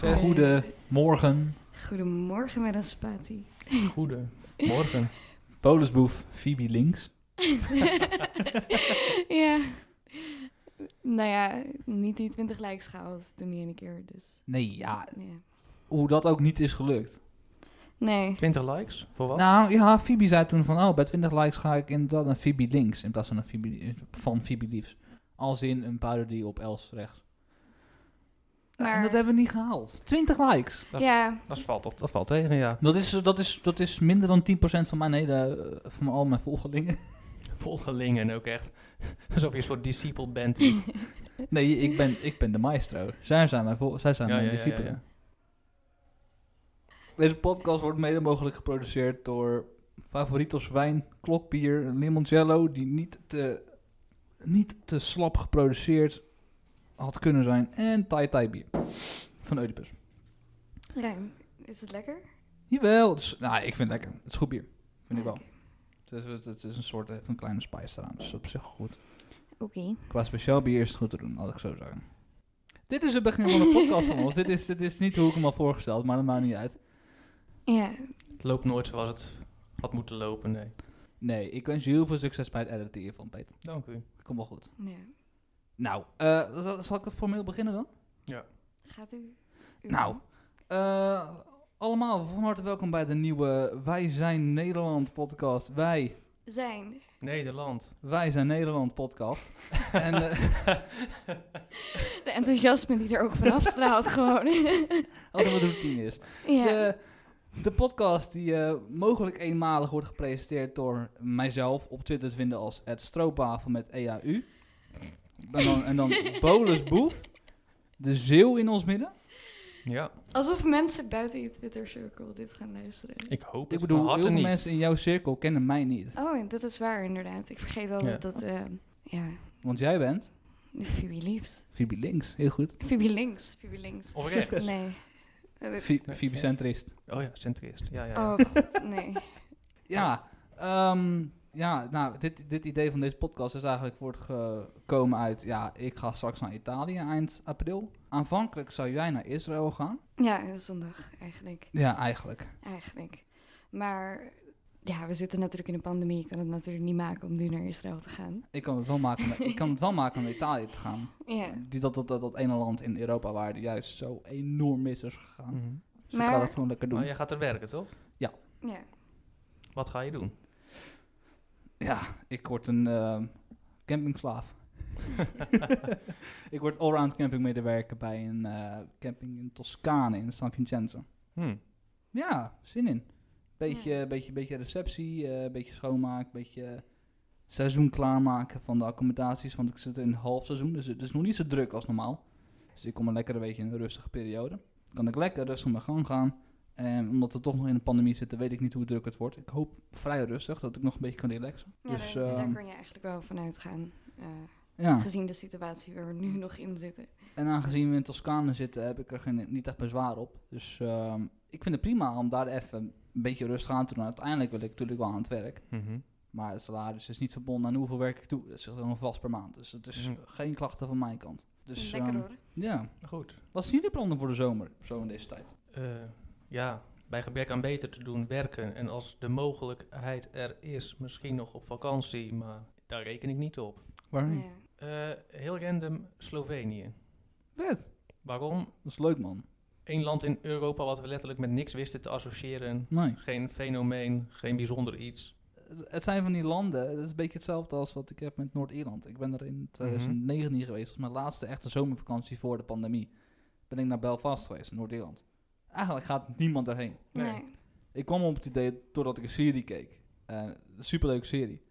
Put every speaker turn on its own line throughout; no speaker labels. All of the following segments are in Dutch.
Eh,
Goedemorgen,
Goedemorgen, met een spatie.
goede morgen. Polisboef, Phoebe links.
ja. Nou ja, niet die 20 likes gehaald toen die ene keer, dus
Nee, ja,
ja.
hoe dat ook niet is gelukt.
Nee,
20 likes? Voor wat?
Nou, ja, Phoebe zei toen van, oh, bij 20 likes ga ik inderdaad naar Phoebe links in plaats van, een Phoebe, van Phoebe liefs. Als in een parodie op Els rechts. Ja,
maar...
En dat hebben we niet gehaald. 20 likes.
Dat is-
ja,
Dat valt, toch- dat valt tegen, ja.
Dat is, dat is, dat is minder dan 10% van mijn hele, eh, van al mijn volgelingen.
Volgelingen ook echt. Alsof je een soort disciple bent. die-
Nee, ik ben, ik ben de maestro. Zij zijn mijn, vol- zij zijn
Ja,
mijn
ja, ja, ja,
discipelen.
ja.
Deze podcast wordt mede mogelijk geproduceerd door Favoritos Wijn, Klokbier, Limoncello, die niet te, niet te slap geproduceerd had kunnen zijn. En Thai Thai Bier van Oedipus.
Ruim. Is het lekker?
Jawel, het is- nou, ik vind het lekker. Het is goed bier. Vind ik wel.
Oké.
Het is, het, het is een soort eh, van kleine spice eraan, dus op zich goed.
Oké.
Qua speciaal bier is het goed te doen, als ik zo zeggen. Dit is het begin van de podcast van ons. Dit is, dit is niet hoe ik hem had voorgesteld, maar dat maakt niet uit.
Ja,
Het loopt nooit zoals het had moeten lopen, nee.
Nee, ik wens je heel veel succes bij het editen hiervan, Peter.
Dank u.
Kom wel goed.
ja.
Nou, eh, zal, zal ik het formeel beginnen dan?
Gaat u? u
Nou, eh, allemaal van harte welkom bij de nieuwe Wij Zijn Nederland podcast. Wij,
Zijn.
Nederland.
Wij Zijn Nederland podcast. en eh,
De enthousiasme die er ook vanaf straalt gewoon.
als er wat routine is.
ja.
De, Eh, de podcast die eh, mogelijk eenmalig wordt gepresenteerd door mijzelf op Twitter te vinden als het stroopwafel met EAU. En dan, en dan Bolus Boef, de zeeuw in ons midden.
Ja,
Alsof mensen buiten je Twitter-cirkel dit gaan luisteren.
ik hoop
Ik
het
bedoel,
van
heel
harte
veel
niet.
mensen in jouw cirkel kennen mij niet.
Oh, en dat is waar inderdaad. Ik vergeet altijd dat, eh, ja,
Want jij bent
de Phoebe liefs.
Phoebe links, heel goed.
Phoebe links, Phoebe links.
Of rechts.
Nee. Eh, dat-
Phi- Phoebe centrist.
Oh ja, centrist. Ja, ja, ja.
Oh, god, nee.
Ja, ehm, ja nou, dit, dit idee van deze podcast is eigenlijk voortgekomen uit... Ja, ik ga straks naar Italië eind april. Aanvankelijk zou jij naar Israël gaan.
Ja, zondag eigenlijk.
Ja, eigenlijk.
Eigenlijk. Maar ja, we zitten natuurlijk in een pandemie. Ik kan het natuurlijk niet maken om nu naar Israël te gaan.
Ik kan het wel maken, om- ik kan het wel maken om naar Italië te gaan.
Ja.
Die, dat, dat, dat, dat ene land in Europa waar die juist zo enorm mis is gegaan.
Mhm.
Dus ik ga
Maar-
dat gewoon lekker doen.
Maar
ja.
jij gaat er werken, toch?
Ja.
Wat ga je doen?
ik word een ehm, campingslaaf. ik word allround campingmedewerker bij een eh, camping in Toscane in San Vincenzo.
Hm.
Ja, zin in. Beetje,
Ja.
beetje, beetje receptie, eh, beetje schoonmaak, beetje seizoen klaarmaken van de accommodaties. Want ik zit in een half seizoen, dus het is nog niet zo druk als normaal. Dus ik kom een lekker een beetje in een rustige periode. Kan ik lekker rustig mijn gang gaan. En omdat we toch nog in de pandemie zitten, weet ik niet hoe druk het wordt. Ik hoop vrij rustig, dat ik nog een beetje kan relaxen.
Ja,
dus
daar, daar
ehm,
kan je eigenlijk wel van uitgaan. eh,
ja,
Gezien de situatie waar we nu nog in zitten.
en aangezien we in Toscane zitten, heb ik er geen, niet echt bezwaar op. Dus ehm, ik vind het prima om daar even een beetje rustig aan te doen. Uiteindelijk wil ik natuurlijk wel aan het werk.
Mhm.
Maar het salaris is niet verbonden aan hoeveel werk ik doe. Dat is gewoon vast per maand. Dus dat is
Hm.
geen klachten van mijn kant. Dus,
Lekker
ehm,
hoor.
Ja.
Goed.
Wat zijn jullie plannen voor de zomer? Zo in deze tijd.
Eh, ja, bij gebrek aan beter te doen werken. En als de mogelijkheid er is, misschien nog op vakantie. Maar daar reken ik niet op.
Waarom?
Ja.
Eh, heel random Slovenië.
Vet.
Waarom?
Dat is leuk, man.
Eén land in Europa wat we letterlijk met niks wisten te associëren.
Nee.
Geen fenomeen, geen bijzonder iets.
Het, het zijn van die landen. Het is een beetje hetzelfde als wat ik heb met Noord-Ierland. Ik ben er in 2019 geweest. Dat was mijn laatste echte zomervakantie voor de pandemie. Ben ik naar Belfast geweest, Noord-Ierland. Eigenlijk gaat niemand erheen.
Nee.
Nee.
Ik kwam op het idee doordat ik een serie keek. Eh, een superleuke serie.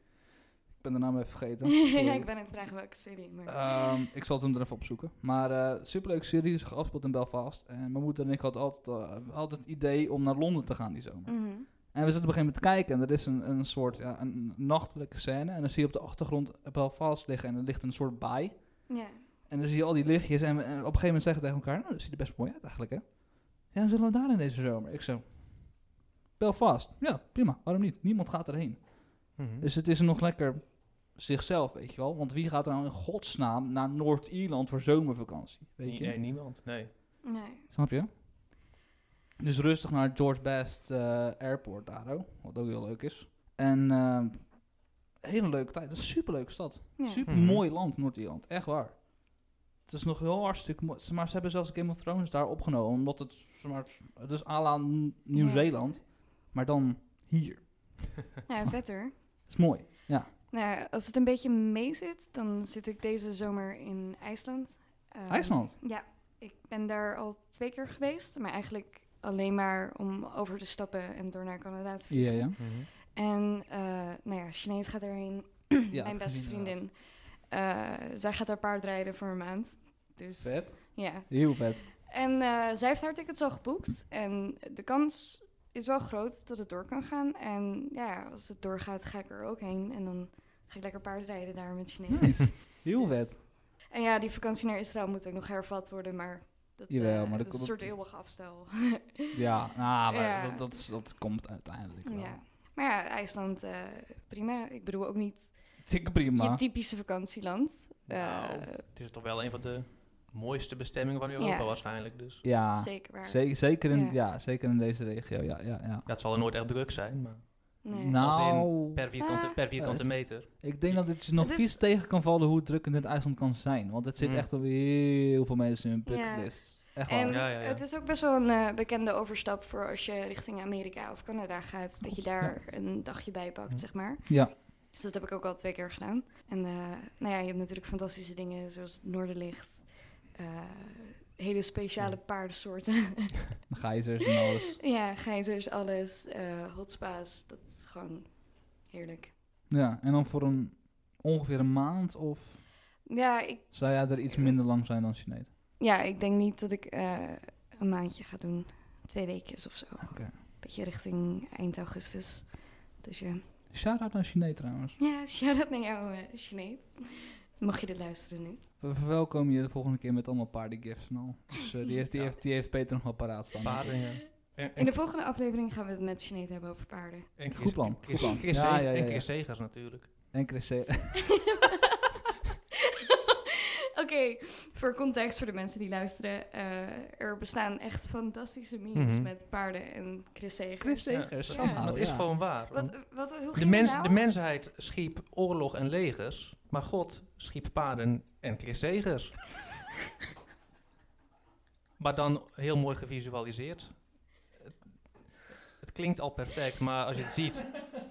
Ik ben de naam even vergeten. Sorry.
ja, ik ben aan het vragen welke serie. Maar...
Ehm, ik zal het hem er even opzoeken. Maar eh superleuke serie is geafspeld in Belfast. En mijn moeder en ik hadden altijd, eh, altijd het idee om naar Londen te gaan die zomer.
Mhm.
En we zitten op een gegeven moment te kijken en er is een, een soort ja, een nachtelijke scène. En dan zie je op de achtergrond Belfast liggen en er ligt een soort baai.
Ja.
En dan zie je al die lichtjes en, we- en op een gegeven moment zeggen we tegen elkaar... Nou, dat ziet er best mooi uit eigenlijk, hè? Ja, zullen we daarin deze zomer? Ik zo... Belfast. Ja, prima. Waarom niet? Niemand gaat erheen.
Mhm.
Dus het is nog lekker zichzelf, weet je wel. Want wie gaat er nou in godsnaam naar Noord-Ierland voor zomervakantie? Weet je?
Nee, niemand. Nee.
Nee.
Snap je? Dus rustig naar George Best eh, Airport daar, oh, wat ook heel leuk is. En ehm, hele leuke tijd. Het is een superleuke stad.
Ja.
Super
Mhm.
mooi land, Noord-Ierland. Echt waar. Het is nog heel hartstikke mooi. Ze- Maar ze hebben zelfs Game of Thrones daar opgenomen. Omdat het, zeg maar, het is à la N- Nieuw-Zeeland. Maar dan hier.
Ja, vetter.
Het is mooi.
Nou, ja, als het een beetje mee zit, dan zit ik deze zomer in IJsland. Ehm,
IJsland?
Ja, ik ben daar al twee keer geweest, maar eigenlijk alleen maar om over te stappen en door naar Canada te
Ja,
vliegen.
ja.
En eh, nou ja, Sinead gaat erheen,
Ja,
mijn beste
inderdaad.
vriendin. Eh, zij gaat daar paardrijden voor een maand. Dus
Vet.
ja.
Heel vet.
En eh, zij heeft haar tickets al geboekt. En de kans is wel groot dat het door kan gaan. En ja, als het doorgaat, ga ik er ook heen. En dan ga ik lekker paardrijden daar met Sinead.
Nice. Heel
Dus-
vet.
En ja, die vakantie naar Israël moet ook nog hervat worden, maar dat, eh,
Jawel, maar dat
dat, is
komt
een
op-
soort eeuwig afstel.
Ja, nou, maar
Ja.
Dat, dat, is- dat komt uiteindelijk wel.
ja. Maar ja, IJsland, eh, prima. Ik bedoel ook niet
Dikke prima.
je typische vakantieland. Eh,
Nou, Het is toch wel een van de mooiste bestemmingen van Europa
Ja.
waarschijnlijk. Dus
ja.
Zeker waar.
Zeker, zeker, in, ja.
Ja.
zeker in deze regio, ja. ja, ja.
ja, het zal er nooit echt druk zijn, maar
Nee.
Nou,
per vierkante,
Ah.
per vierkante
Ja,
meter.
ik denk dat het je nog
Het is-
vies tegen kan vallen hoe druk in dit IJsland kan zijn. Want het zit
Mm.
echt op heel veel mensen in hun
Ja.
bucketlist. Echt waar.
En
Ja, ja, ja.
het is ook best wel een eh, bekende overstap voor als je richting Amerika of Canada gaat. Dat je daar een dagje bij
Ja.
pakt, zeg maar.
Ja.
Dus dat heb ik ook al twee keer gedaan. En eh, nou ja, je hebt natuurlijk fantastische dingen zoals het Noorderlicht. eh, hele speciale paardensoorten.
Geizers en alles.
ja, gijzers, alles. eh hot spa's. Dat is gewoon heerlijk.
Ja, en dan voor een, ongeveer een maand of
Ja, ik,
zou jij er iets minder lang zijn dan Sinead?
ja, ik denk niet dat ik eh, een maandje ga doen. Twee weekjes of zo.
Oké.
Beetje richting eind augustus. Dus ja.
Shout-out naar Sinead trouwens.
Ja, shout-out naar jou, eh Sinead. Mocht je dit luisteren nu.
We verwelkomen je de volgende keer met allemaal paardengifts en al. Dus eh, die, heeft, die,
Ja.
heeft, die heeft Peter nog wel paraat staan.
Paarden, ja. En,
In
en,
de volgende aflevering gaan we het met Sinead hebben over paarden.
en Chris,
Goed plan,
Chris,
goed plan.
Chris
Ja,
Zeg-
ja, ja,
en
ja.
Chris Segers natuurlijk.
Oh,
En Chris Segers.
Oké, voor context voor de mensen die luisteren. eh, er bestaan echt fantastische memes
Mhm.
met paarden en Chris Segers.
Chris
Ja,
Segers,
dat-
somehow,
Dat is
ja.
gewoon waar. want
Wat, wat, hoe ging
De,
het
mens,
nou?
de mensheid schiep oorlog en legers, maar God schiep paarden en Chris Segers. maar dan heel mooi gevisualiseerd. Het, het klinkt al perfect, maar als je het ziet,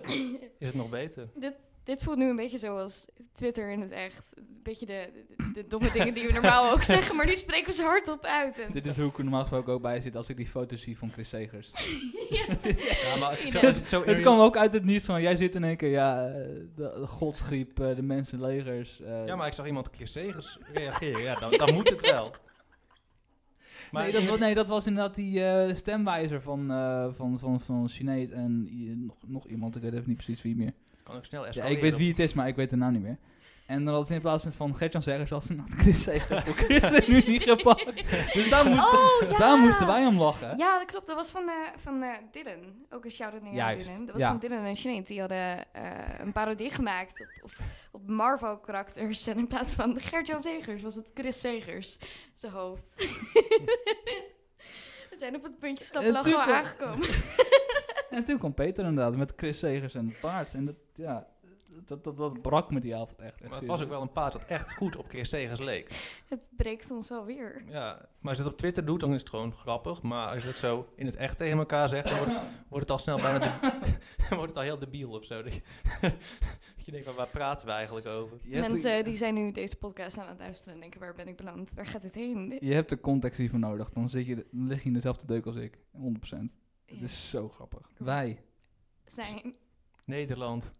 is het nog beter.
Dit voelt nu een beetje zoals Twitter in het echt. Een beetje de, de, de domme dingen die we normaal ook zeggen, maar die spreken ze hardop uit. En...
Dit is hoe ik er normaal gesproken ook bij zit als ik die foto's zie van Chris Segers.
Ja, maar het, is zo,
Ja.
het is zo
Het
irri-
kwam ook uit het niets van, jij zit in één keer, ja, eh, de, de godsgriep, eh, de mensenlegers. eh.
Ja, maar ik zag iemand Chris Segers reageren. Ja, dan, dan moet het wel. Maar
nee, dat, wa- nee, dat was inderdaad die eh, stemwijzer van, eh van, van, van Sinead en i- nog, nog iemand, ik weet even niet precies wie meer.
het kan ook snel
Ja,
escaleren.
ik weet wie het is, maar ik weet de naam niet meer. En dan had ze in plaats van Gertjan Segers, had ze inderdaad Chris Segers voor Chris en nu niet gepakt. Dus daar, moest,
Oh, ja!
daar moesten wij om lachen.
Ja, dat klopt. Dat was van, eh van eh Dylan. Ook een shout-out naar jou,
Juist,
Dylan. Dat was
ja.
van Dylan en Sinead. Die hadden eh, een parodie gemaakt op, op, op Marvel-karakters. En in plaats van Gert-Jan Segers was het Chris Segers. Zijn hoofd. We zijn op het puntje stappen lachen wel
Natuurlijk.
aangekomen.
En toen kwam Peter inderdaad met Chris Segers en het paard. En dat, ja, dat, dat, dat brak me die avond echt. echt
Maar het was ook wel een paard dat echt goed op Chris Segers leek.
Het breekt ons alweer.
Ja, maar als je dat op Twitter doet, dan is het gewoon grappig. Maar als je dat zo in het echt tegen elkaar zegt, dan wordt, wordt het al snel bijna... de- wordt het al heel debiel of zo. Dat je, dat je denkt van, waar praten we eigenlijk over?
Je hebt
Mensen
de-
die zijn nu deze podcast aan het luisteren en denken, waar ben ik beland? Waar gaat dit heen?
Je hebt de context hiervoor nodig. Dan, zit je, dan lig je in dezelfde deuk als ik. 100%. Het
Ja,
is zo grappig. Wij.
Zijn.
Nederland.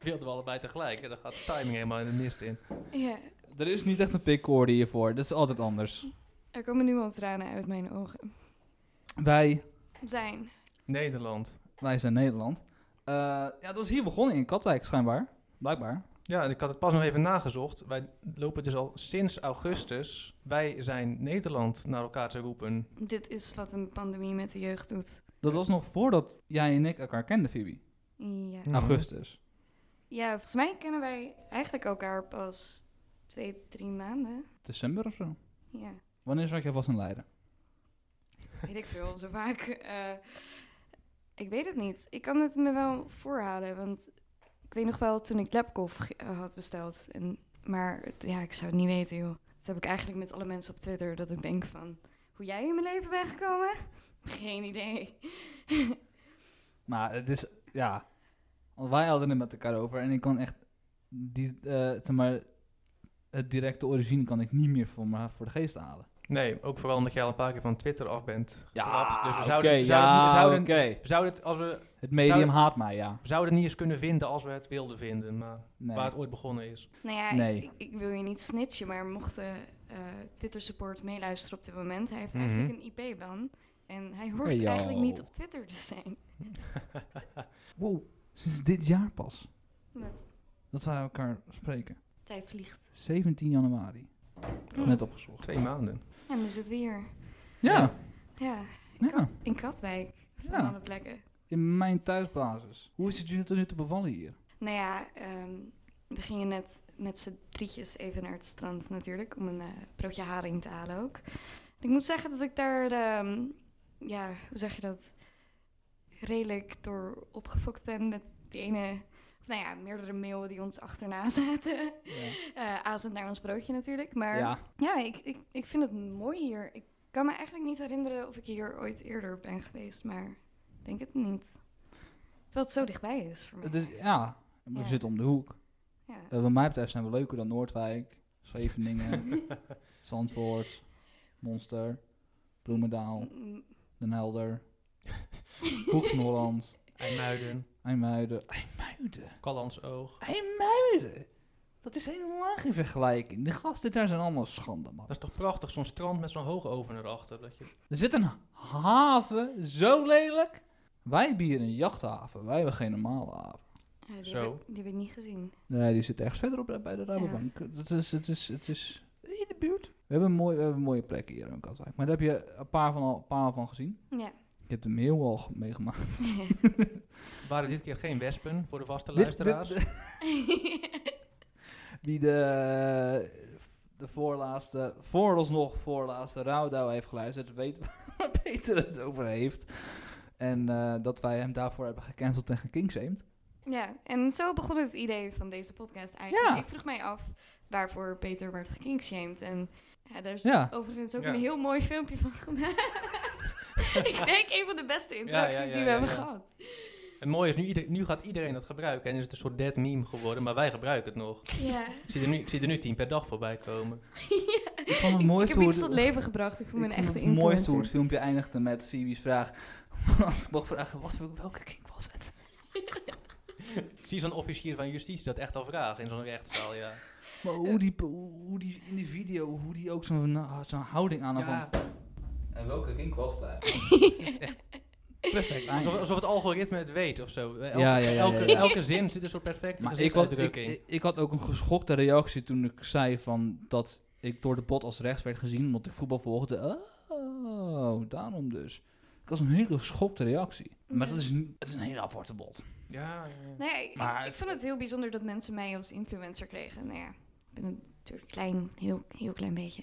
Wilden we allebei tegelijk. Ja, dan gaat de timing helemaal in de mist in.
ja,
Er is niet echt een pikkoorde hiervoor. Dat is altijd anders.
er komen nu al tranen uit mijn ogen.
Wij.
Zijn.
Nederland.
Wij zijn Nederland. Eh, ja, dat is hier begonnen in Katwijk schijnbaar. Blijkbaar.
Ja, en ik had het pas nog even nagezocht. Wij lopen dus al sinds augustus. Wij zijn Nederland naar elkaar te roepen.
Dit is wat een pandemie met de jeugd doet.
Dat was nog voordat jij en ik elkaar kenden, Phoebe.
Ja.
Mhm.
Augustus.
ja, volgens mij kennen wij eigenlijk elkaar pas twee, drie maanden.
December of zo.
Ja.
Wanneer zat je vast in Leiden?
Weet ik veel, zo vaak. eh, ik weet het niet. Ik kan het me wel voorhalen, want ik weet nog wel toen ik Lapkov ge- eh, had besteld. En, maar het- ja, ik zou het niet weten, joh. Dat heb ik eigenlijk met alle mensen op Twitter, dat ik denk van... Hoe jij in mijn leven bent gekomen? Geen idee.
Maar het is, ja. Want wij hadden het met elkaar over en ik kan echt, die, eh, zeg maar, het directe origine kan ik niet meer voor, me, voor de geest halen.
Nee, ook vooral omdat jij al een paar keer van Twitter af bent getrapt. Dus we
oké,
zouden, we zouden,
ja,
we zouden,
oké.
we zouden het, als we,
Het medium
Zouden-
haat mij, ja.
we zouden het niet eens kunnen vinden als we het wilden vinden, maar
Nee.
waar het ooit begonnen is.
Nou ja,
Nee.
ik, ik wil je niet snitchen, maar mochten eh, Twitter support meeluisteren op dit moment, hij heeft
Mhm.
eigenlijk een IP-ban. En hij hoort
Hey, joh.
eigenlijk niet op Twitter te zijn.
Wow, sinds dit jaar pas
Met
dat wij elkaar spreken.
tijd vliegt.
17 januari. Net opgezocht.
Twee maanden.
En nu zitten we hier.
Ja,
Ja, in,
ja.
Kat- in Katwijk. Van
Ja.
alle plekken.
In mijn thuisbasis. Hoe is het jullie tot nu toe bevallen hier?
Nou ja, ehm, we gingen net met z'n drietjes even naar het strand natuurlijk. Om een eh, broodje haring te halen ook. En ik moet zeggen dat ik daar, ehm, ja, hoe zeg je dat? Redelijk door opgefokt ben met die ene... Nou ja, meerdere meeuwen die ons achterna zaten. Eh azend naar ons broodje natuurlijk. Maar ja,
Ja.
ik, ik, ik vind het mooi hier. Ik kan me eigenlijk niet herinneren of ik hier ooit eerder ben geweest. Maar ik denk het niet. Terwijl het zo dichtbij is voor mij.
Het is, ja, we
Ja.
zitten om de hoek.
Ja.
Eh, wat mij betreft zijn we leuker dan Noordwijk, Scheveningen, Zandvoort, Monster, Bloemendaal,
Mm,
Den Helder, Hoek van Holland,
IJmuiden,
IJmuiden. IJmuiden?
Callandsoog.
IJmuiden? Dat is helemaal geen vergelijking. De gasten daar zijn allemaal schande, man.
Dat is toch prachtig, zo'n strand met zo'n hoogoven erachter. Dat je...
Er zit een haven, zo lelijk. Wij hebben hier een jachthaven, wij hebben geen normale haven.
ja, die,
Zo.
Heb ik, die heb ik niet gezien.
Nee, die zit ergens verderop eh, bij de Rabobank. Dat is, het is, het is in de buurt. We hebben, een mooi, we hebben een mooie plekken hier in Katwijk. Maar daar heb je een paar van, al, een paar van gezien.
Ja.
Ik heb hem heel al ge- meegemaakt.
Waren dit keer geen wespen voor de vaste
Dit- dit-
luisteraars?
Wie de, de voorlaatste, vooralsnog voorlaatste Rauwdouw heeft geluisterd, weet waar Peter het over heeft. En eh, dat wij hem daarvoor hebben gecanceld en gekingsamed.
ja, en zo begon het idee van deze podcast eigenlijk.
Ja.
Ik vroeg mij af waarvoor Peter werd gekinkshamed. En ja, daar is
Ja.
overigens ook
Ja.
een heel mooi filmpje van gemaakt. ik denk een van de beste interacties
ja,
die we
ja,
hebben
ja.
gehad.
Het mooie is, nu, ieder- nu gaat iedereen dat gebruiken en is het een soort dead meme geworden, maar wij gebruiken het nog.
Ja.
Ik zie er nu, ik zie er nu tien per dag voorbij komen.
Ik vond het
Ik
mooiste
heb
hoe
iets
het-
tot leven gebracht. Ik voel me
Ik
een
vond
echte
het mooiste hoe het
influencer.
filmpje eindigde met Phoebe's vraag. Als ik mocht vragen, wat, wel- welke kink was het?
Ik zie zo'n officier van justitie dat echt al vragen in zo'n rechtszaal, ja.
Maar hoe die, hoe die in die video, hoe die ook zo'n ah, zo'n houding aan had
ja
van... En welke kink was dat? Perfect
alsof,
eindigen.
alsof het algoritme het weet of zo. Elke,
Ja, ja, ja, ja,
elke,
ja.
elke zin zit een soort perfecte
Maar ik, was, ik,
gezichtsuitdrukking.
ik- ik had ook een geschokte reactie toen ik zei van dat ik door de bot als rechts werd gezien omdat ik voetbal volgde. Oh, daarom dus. Ik was een hele geschokte reactie. Maar dat is, een- dat is een hele aparte bot.
Ja, ja, ja.
Nee, ik,
Maar
ik vond het heel bijzonder dat mensen mij als influencer kregen. Nou ja, ik ben een- natuurlijk klein, heel, heel klein beetje.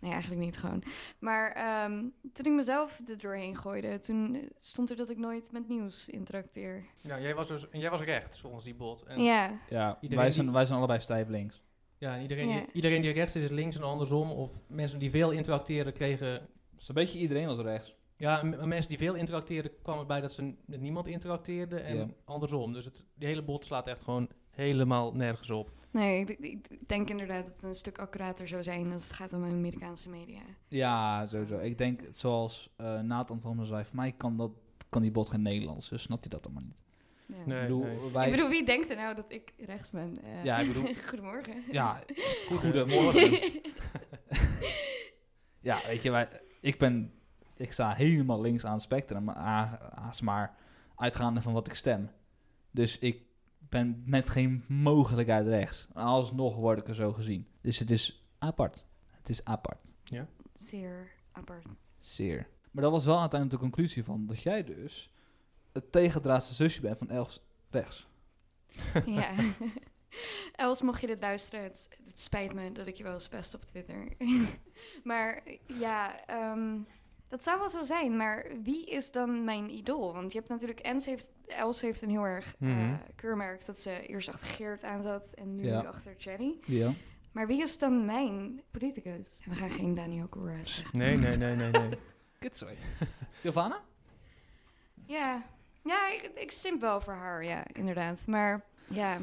Nee, eigenlijk niet gewoon. Maar ehm, toen ik mezelf er doorheen gooide, toen eh, stond er dat ik nooit met nieuws interacteer.
Ja, jij was dus, en jij was rechts volgens die bot.
Oh.
En, ja.
Ja,
Ja,
Iedereen
wij
die-
zijn, wij zijn allebei stijf links.
en iedereen,
Ja.
Die, iedereen die rechts is, is links en andersom. Of mensen die veel interacteren kregen...
Zo'n beetje iedereen was rechts.
Ja, m- mensen die veel interacteerden kwam erbij dat ze n- met niemand interacteerden. En
Ja.
andersom. Dus het, die hele bot slaat echt gewoon helemaal nergens op.
nee, ik, ik- ik denk inderdaad dat het een stuk accurater zou zijn als het gaat om Amerikaanse media.
Ja, sowieso. Ik denk, zoals eh, Nathan van me zei, voor mij kan, dat, kan die bot geen Nederlands, dus snapt hij dat allemaal niet.
Ja.
Nee,
ik bedoel,
nee.
wij...
Ik bedoel, wie denkt er nou dat ik rechts ben? Eh,
Ja, ik bedoel-
Goedemorgen.
Ja, goedemorgen. ja, weet je, wij, ik ben... Ik sta helemaal links aan het spectrum, maar a- aas maar uitgaande van wat ik stem. Dus ik ben met geen mogelijkheid rechts. Alsnog word ik er zo gezien. Dus het is apart. Het is apart.
Zeer apart.
Zeer. Maar dat was wel uiteindelijk de conclusie van dat jij dus het tegendraadse zusje bent van Els rechts.
ja. Els, mocht je dit luisteren, het, het spijt me dat ik je wel eens pest op Twitter. maar ja, ehm, dat zou wel zo zijn. Maar wie is dan mijn idool? Want je hebt natuurlijk... Ens heeft, Els heeft een heel erg eh,
Mhm.
keurmerk dat ze eerst achter Geert aan zat en nu
Ja.
achter Jenny.
Ja.
Maar wie is dan mijn politicus? We gaan geen Daniel Correa zeggen.
Nee, nee, nee, nee, nee.
Kut, sorry. Sylvana?
Ja, ja ik, ik simp wel voor haar, ja, inderdaad. Maar ja,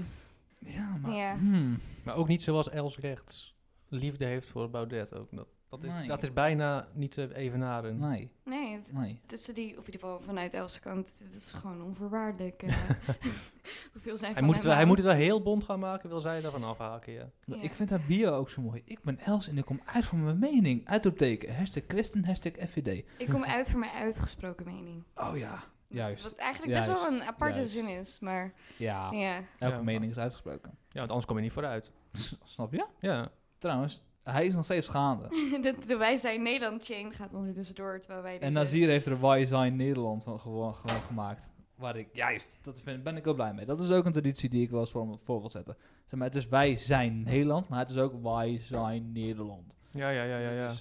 Ja, maar...
ja.
Hmm.
Maar ook niet zoals Els rechts liefde heeft voor Baudet ook. Dat, dat, is,
Nee.
dat is bijna niet te evenaren.
Nee,
nee, het,
nee.
tussen die, of in ieder geval vanuit Else kant, het is gewoon onverwaardelijk. eh, hoeveel zijn van
Hij,
nou?
moet het wel, hij
houdt.
moet het wel heel bond gaan maken, wil zij daarvan afhaken, ja.
Nou,
Ja.
Ik vind haar bio ook zo mooi. Ik ben Els en ik kom uit van mijn mening. Uitroepteken. Hashtag christen, hashtag FVD.
Ik kom uit voor mijn uitgesproken mening.
Oh ja. Juist,
Wat eigenlijk best wel
juist,
een aparte
juist.
zin is, maar
Ja.
ja.
Elke
Ja,
mening
maar-
is uitgesproken.
Ja, want anders kom je niet vooruit.
Snap je?
Ja,
Trouwens, hij is nog steeds gaande.
de, de Wij zijn Nederland chain gaat ondertussen door, terwijl wij
en
deze-
Nazir heeft er Why Zijn Nederland van gewoon, gewoon gemaakt. Waar ik, juist, dat vind, ben ik ook blij mee. Dat is ook een traditie die ik wel eens voor, me- voor wil zetten. Zeg maar, het is Wij Zijn Nederland, maar het is ook Wij Zijn Nederland.
ja, ja, ja, ja. ja.
Dus,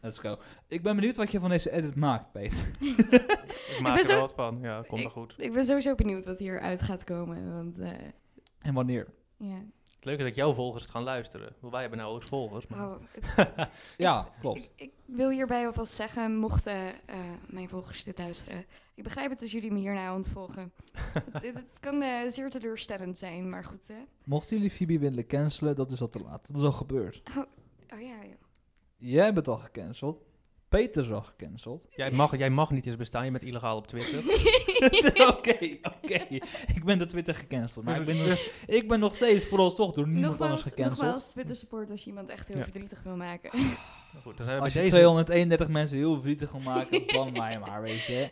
let's go. Ik ben benieuwd wat je van deze edit maakt, Peter.
Ik maak
ben
er wel
zo-
wat van. Ja, komt wel
Ik-
goed.
Ik ben sowieso benieuwd wat hieruit gaat komen, want eh,
En wanneer?
ja,
Het leuke is dat jouw volgers het gaan luisteren. Want wij hebben nou ook volgers. Maar...
oh, het-
Ja, klopt.
Ik, ik wil hierbij alvast zeggen, mochten eh, mijn volgers dit luisteren. Ik begrijp het als jullie me hierna ontvolgen. het, het- het kan eh, zeer teleurstellend zijn, maar goed. Hè?
Mochten jullie Phoebe willen cancelen, dat is al te laat. Dat is al gebeurd.
Oh ja, ja.
Jij bent al gecanceld. Peter is al gecanceld.
Jij, mag, jij mag niet eens bestaan, je bent illegaal op Twitter.
Oké, oké. Ik ben door Twitter gecanceld. Maar ik ben,
dus-
nog- ik ben nog steeds vooralsnog door niemand anders
nogmaals,
gecanceld.
nogmaals, Twitter support als je iemand echt heel
Ja.
verdrietig wil maken.
Maar goed, dan zijn we
Als
bij
je
deze...
231 mensen heel verdrietig wil maken, dan mij maar, weet je.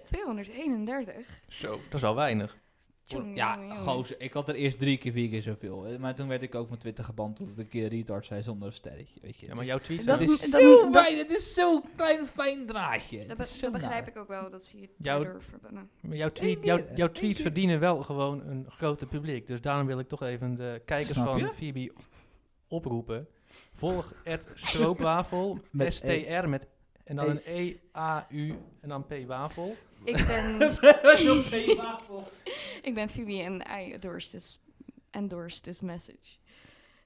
231?
Zo, dat is wel weinig.
Tjonge, jonge,
Ja,
jonge.
gozer. Ik had er eerst drie keer, vier keer zoveel. hè, Maar toen werd ik ook van Twitter geband omdat ik een keer retard zei zonder een sterretje, weet je.
Ja,
Het
maar
is-
jouw tweets...
Dat
het
zijn-
is
dat-
zo
dat-
weinig. Het is zo'n klein fijn draadje.
Dat, be- dat
nou.
begrijp ik ook wel, dat ze je
Jouw-
daardoor verbannen.
Maar jouw, tweet,
Eén
jouw,
keer,
jouw
één
tweets
keer.
verdienen wel gewoon een groter publiek. Dus daarom wil ik toch even de kijkers
Snap je?
van Phoebe oproepen. Volg het stroopwafel,
Met
STR met en dan een E, A, U en dan P wafel.
Ik ben,
ook.
ik ben Phoebe en I endorse this, endorse this message.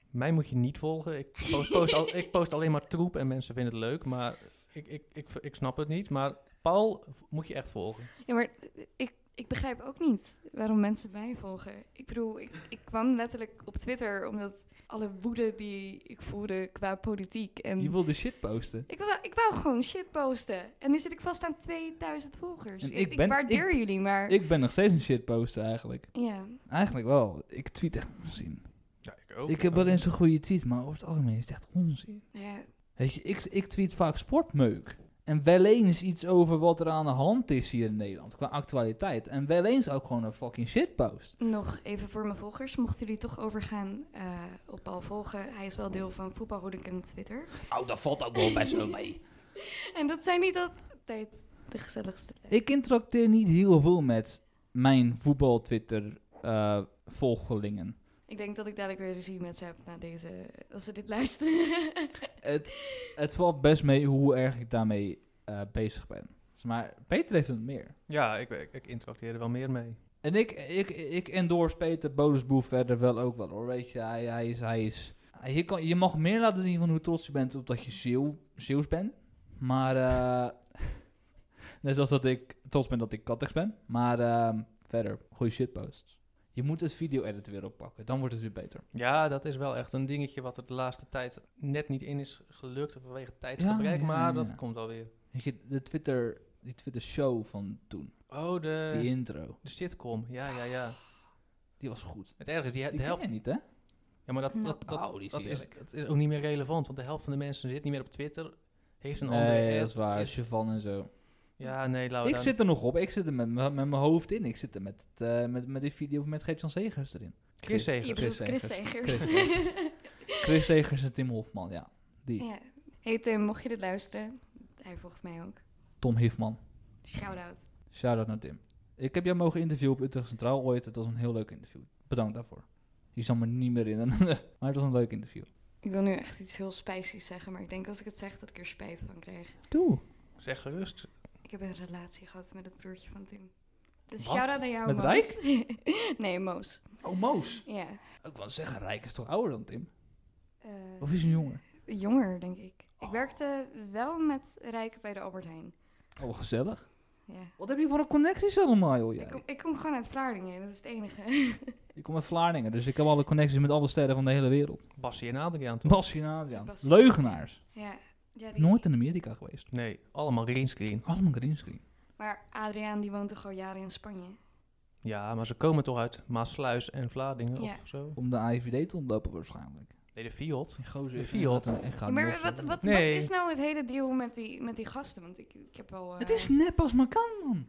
Mij moet je niet volgen. Ik post, post al, ik post alleen maar troep en mensen vinden het leuk, maar ik, ik, ik, ik snap het niet. Maar Paul v- moet je echt volgen.
Ja, maar ik, ik begrijp ook niet waarom mensen mij volgen. Ik bedoel, ik, ik kwam letterlijk op Twitter omdat alle woede die ik voelde qua politiek en...
Je wilde shit posten.
ik wou, ik wou gewoon shit posten. En nu zit ik vast aan 2000 volgers.
En
Ik,
ik
ik
ben-
waardeer jullie, maar...
Ik ben nog steeds een shitposter eigenlijk.
ja.
Eigenlijk wel. Ik tweet echt onzin.
Ja, ik ook.
ik heb wel eens een goede tweet, maar over het algemeen is het echt onzin.
ja,
Weet je, ik, ik tweet vaak sportmeuk. En wel eens iets over wat er aan de hand is hier in Nederland qua actualiteit. En wel eens ook gewoon een fucking shitpost.
nog even voor mijn volgers. Mochten jullie toch overgaan eh, op Paul volgen. Hij is wel deel van Voetbalhooligan Twitter.
Oh, dat valt ook wel best wel mee.
En dat zijn niet altijd de gezelligste.
Ik interacteer niet heel veel met mijn eh, voetbal-Twitter-volgelingen.
Ik denk dat ik dadelijk weer ruzie met ze heb na deze... Als ze dit luisteren.
het, het valt best mee hoe erg ik daarmee eh, bezig ben. Maar Peter heeft het meer.
Ja, ik, ik, ik interacteer er wel meer mee.
En ik, ik, ik endorse Peter Bolusboef verder wel ook wel hoor. Weet je, hij, hij is. Hij is hij- je, kan, je mag meer laten zien van hoe trots je bent op dat je Zeeuw, Zeeuws bent. Maar. eh, net zoals dat ik trots ben dat ik Katteks ben. Maar ehm, verder, goede shitposts. Je moet het video-edit weer oppakken, dan wordt het weer beter.
Ja, dat is wel echt een dingetje wat er de laatste tijd net niet in is gelukt vanwege
Ja,
tijdsgebrek,
ja,
maar
ja,
dat
ja.
komt alweer.
Weet je, de Twitter, die Twitter-show van toen,
Oh, de,
die intro,
de sitcom. Ja, ja, ja.
die was goed.
Het erg is, die,
Die
de
ken Oh,
helft...
je niet, hè?
Ja, maar dat,
Nou.
dat, dat,
die
dat is, dat is ook niet meer relevant, want de helft van de mensen zit niet meer op Twitter, heeft een andere
Nee, dat
ad,
is waar.
is-
Chavan en zo.
ja, nee, laat
ik zit er nog op. Ik zit er met, m- met mijn hoofd in. Ik zit er met, het, eh, met, met die video met Geert-Jan Segers erin.
Chris
Je
Segers.
bedoelt
Chris
Chris
Segers.
Segers.
Chris Segers en Tim Hofman, ja. Die.
ja. Hey Tim, mocht je dit luisteren? Hij volgt mij ook.
Tom Hifman.
Shout-out.
Shout-out naar Tim. Ik heb jou mogen interviewen op Utrecht Centraal ooit. Het was een heel leuk interview. Bedankt daarvoor. Die zal me niet meer herinneren. maar het was een leuk interview.
Ik wil nu echt iets heel spicy zeggen, maar ik denk als ik het zeg dat ik er spijt van krijg.
Doe.
Zeg gerust.
Ik heb een relatie gehad met het broertje van Tim. Dus
Wat?
shout-out naar jou,
Met
Moos. nee, Moos.
Oh, Moos.
Ja.
Ik wil zeggen, Rijk is toch ouder dan Tim?
Eh,
Of is Oh. hij jonger?
Jonger, denk ik. Ik werkte wel met Rijk bij de Albert Heijn.
Oh, gezellig.
Ja.
Wat heb je voor een connecties allemaal, joh?
Ik,
jij?
kom, ik kom gewoon uit Vlaardingen, dat is het enige.
Ik kom uit Vlaardingen, dus ik heb alle connecties met alle sterren van de hele wereld.
Bassie en Adriaan toch?
Bassie en Adriaan.
Bassie.
Leugenaars.
ja. ja die-
Nooit in Amerika geweest.
Nee, allemaal greenscreen.
Allemaal greenscreen.
Maar Adriaan die woont toch al jaren in Spanje?
Ja, maar ze komen toch uit Maasluis en Vlaardingen
Ja.
of zo?
Om de AIVD te ontlopen waarschijnlijk.
Nee, de Fiat.
Die gozer
De
is-
Fiat.
gaat- en gaat
Ja, maar
los,
wat,
joh.
wat,
Nee.
wat is nou het hele deal met die, met die gasten? Want ik, ik heb wel... eh, dus
Het is nep als maar kan, man.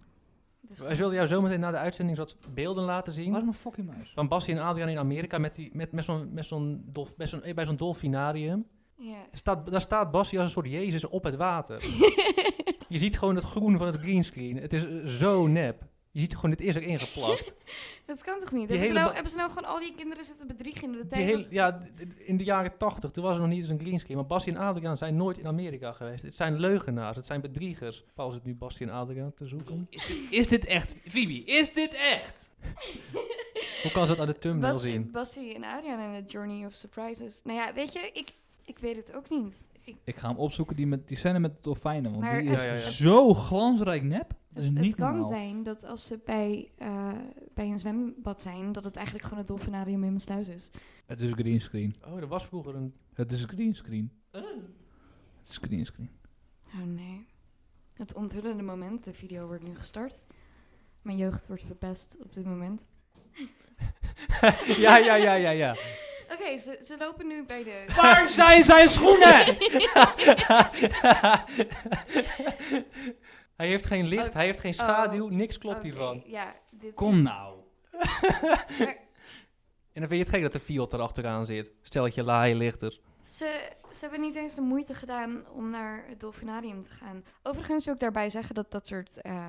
het is
Wij zullen jou zo meteen na de uitzending wat beelden laten zien.
Waar is mijn fucking muis?
Van Bassie en Adriaan in Amerika met, die, met, met zo'n, met zo'n dolf, met zo'n, eh, bij zo'n dolfinarium.
Ja.
Er Staat, daar staat Bassie als een soort Jezus op het water. je ziet gewoon het groen van het greenscreen. Het is eh, zo nep. Je ziet gewoon, dit is erin geplakt.
Dat kan toch niet? Hebben
Die
ze,
hele
nou,
ba-
hebben ze nou gewoon al die kinderen zitten bedriegen in de
Die
tijd?
hele,
dat-
ja, d- d- in de jaren tachtig, toen was er nog niet eens een greenscreen. Maar Bassie en Adriaan zijn nooit in Amerika geweest. Het zijn leugenaars, het zijn bedriegers. Paul zit nu Bassie en Adriaan te zoeken.
Is dit echt, Vibi? Is dit echt?
Hoe kan ze dat aan de thumbnail
Bas-
zien?
Bassie en Adriaan en het Journey of Surprises. Nou ja, weet je, ik, ik weet het ook niet. Ik,
Ik ga hem opzoeken, die, met, die scène met de dolfijnen. Want
Maar
die is
het-
Ja, ja, ja.
zo glansrijk nep. Dat
het
is
het
niet
kan
normaal.
zijn dat als ze bij, eh, bij een zwembad zijn, dat het eigenlijk gewoon het dolfinarium in mijn sluis is.
Het is greenscreen.
Oh, er was vroeger een...
Het is greenscreen. Het is greenscreen.
Oh nee. Het onthullende moment, de video wordt nu gestart. Mijn jeugd wordt verpest op dit moment.
ja, ja, ja, ja, ja.
Oké, ze, ze lopen nu bij de...
Waar zijn zijn schoenen? hij heeft geen licht,
Oh,
hij heeft geen schaduw, niks klopt
Oké,
hiervan.
Ja, dit
Kom nou.
En dan vind je het gek dat de Fiat erachteraan zit. Stelletje laaie lichter.
Ze, ze hebben niet eens de moeite gedaan om naar het dolfinarium te gaan. Overigens wil ik daarbij zeggen dat dat soort, eh,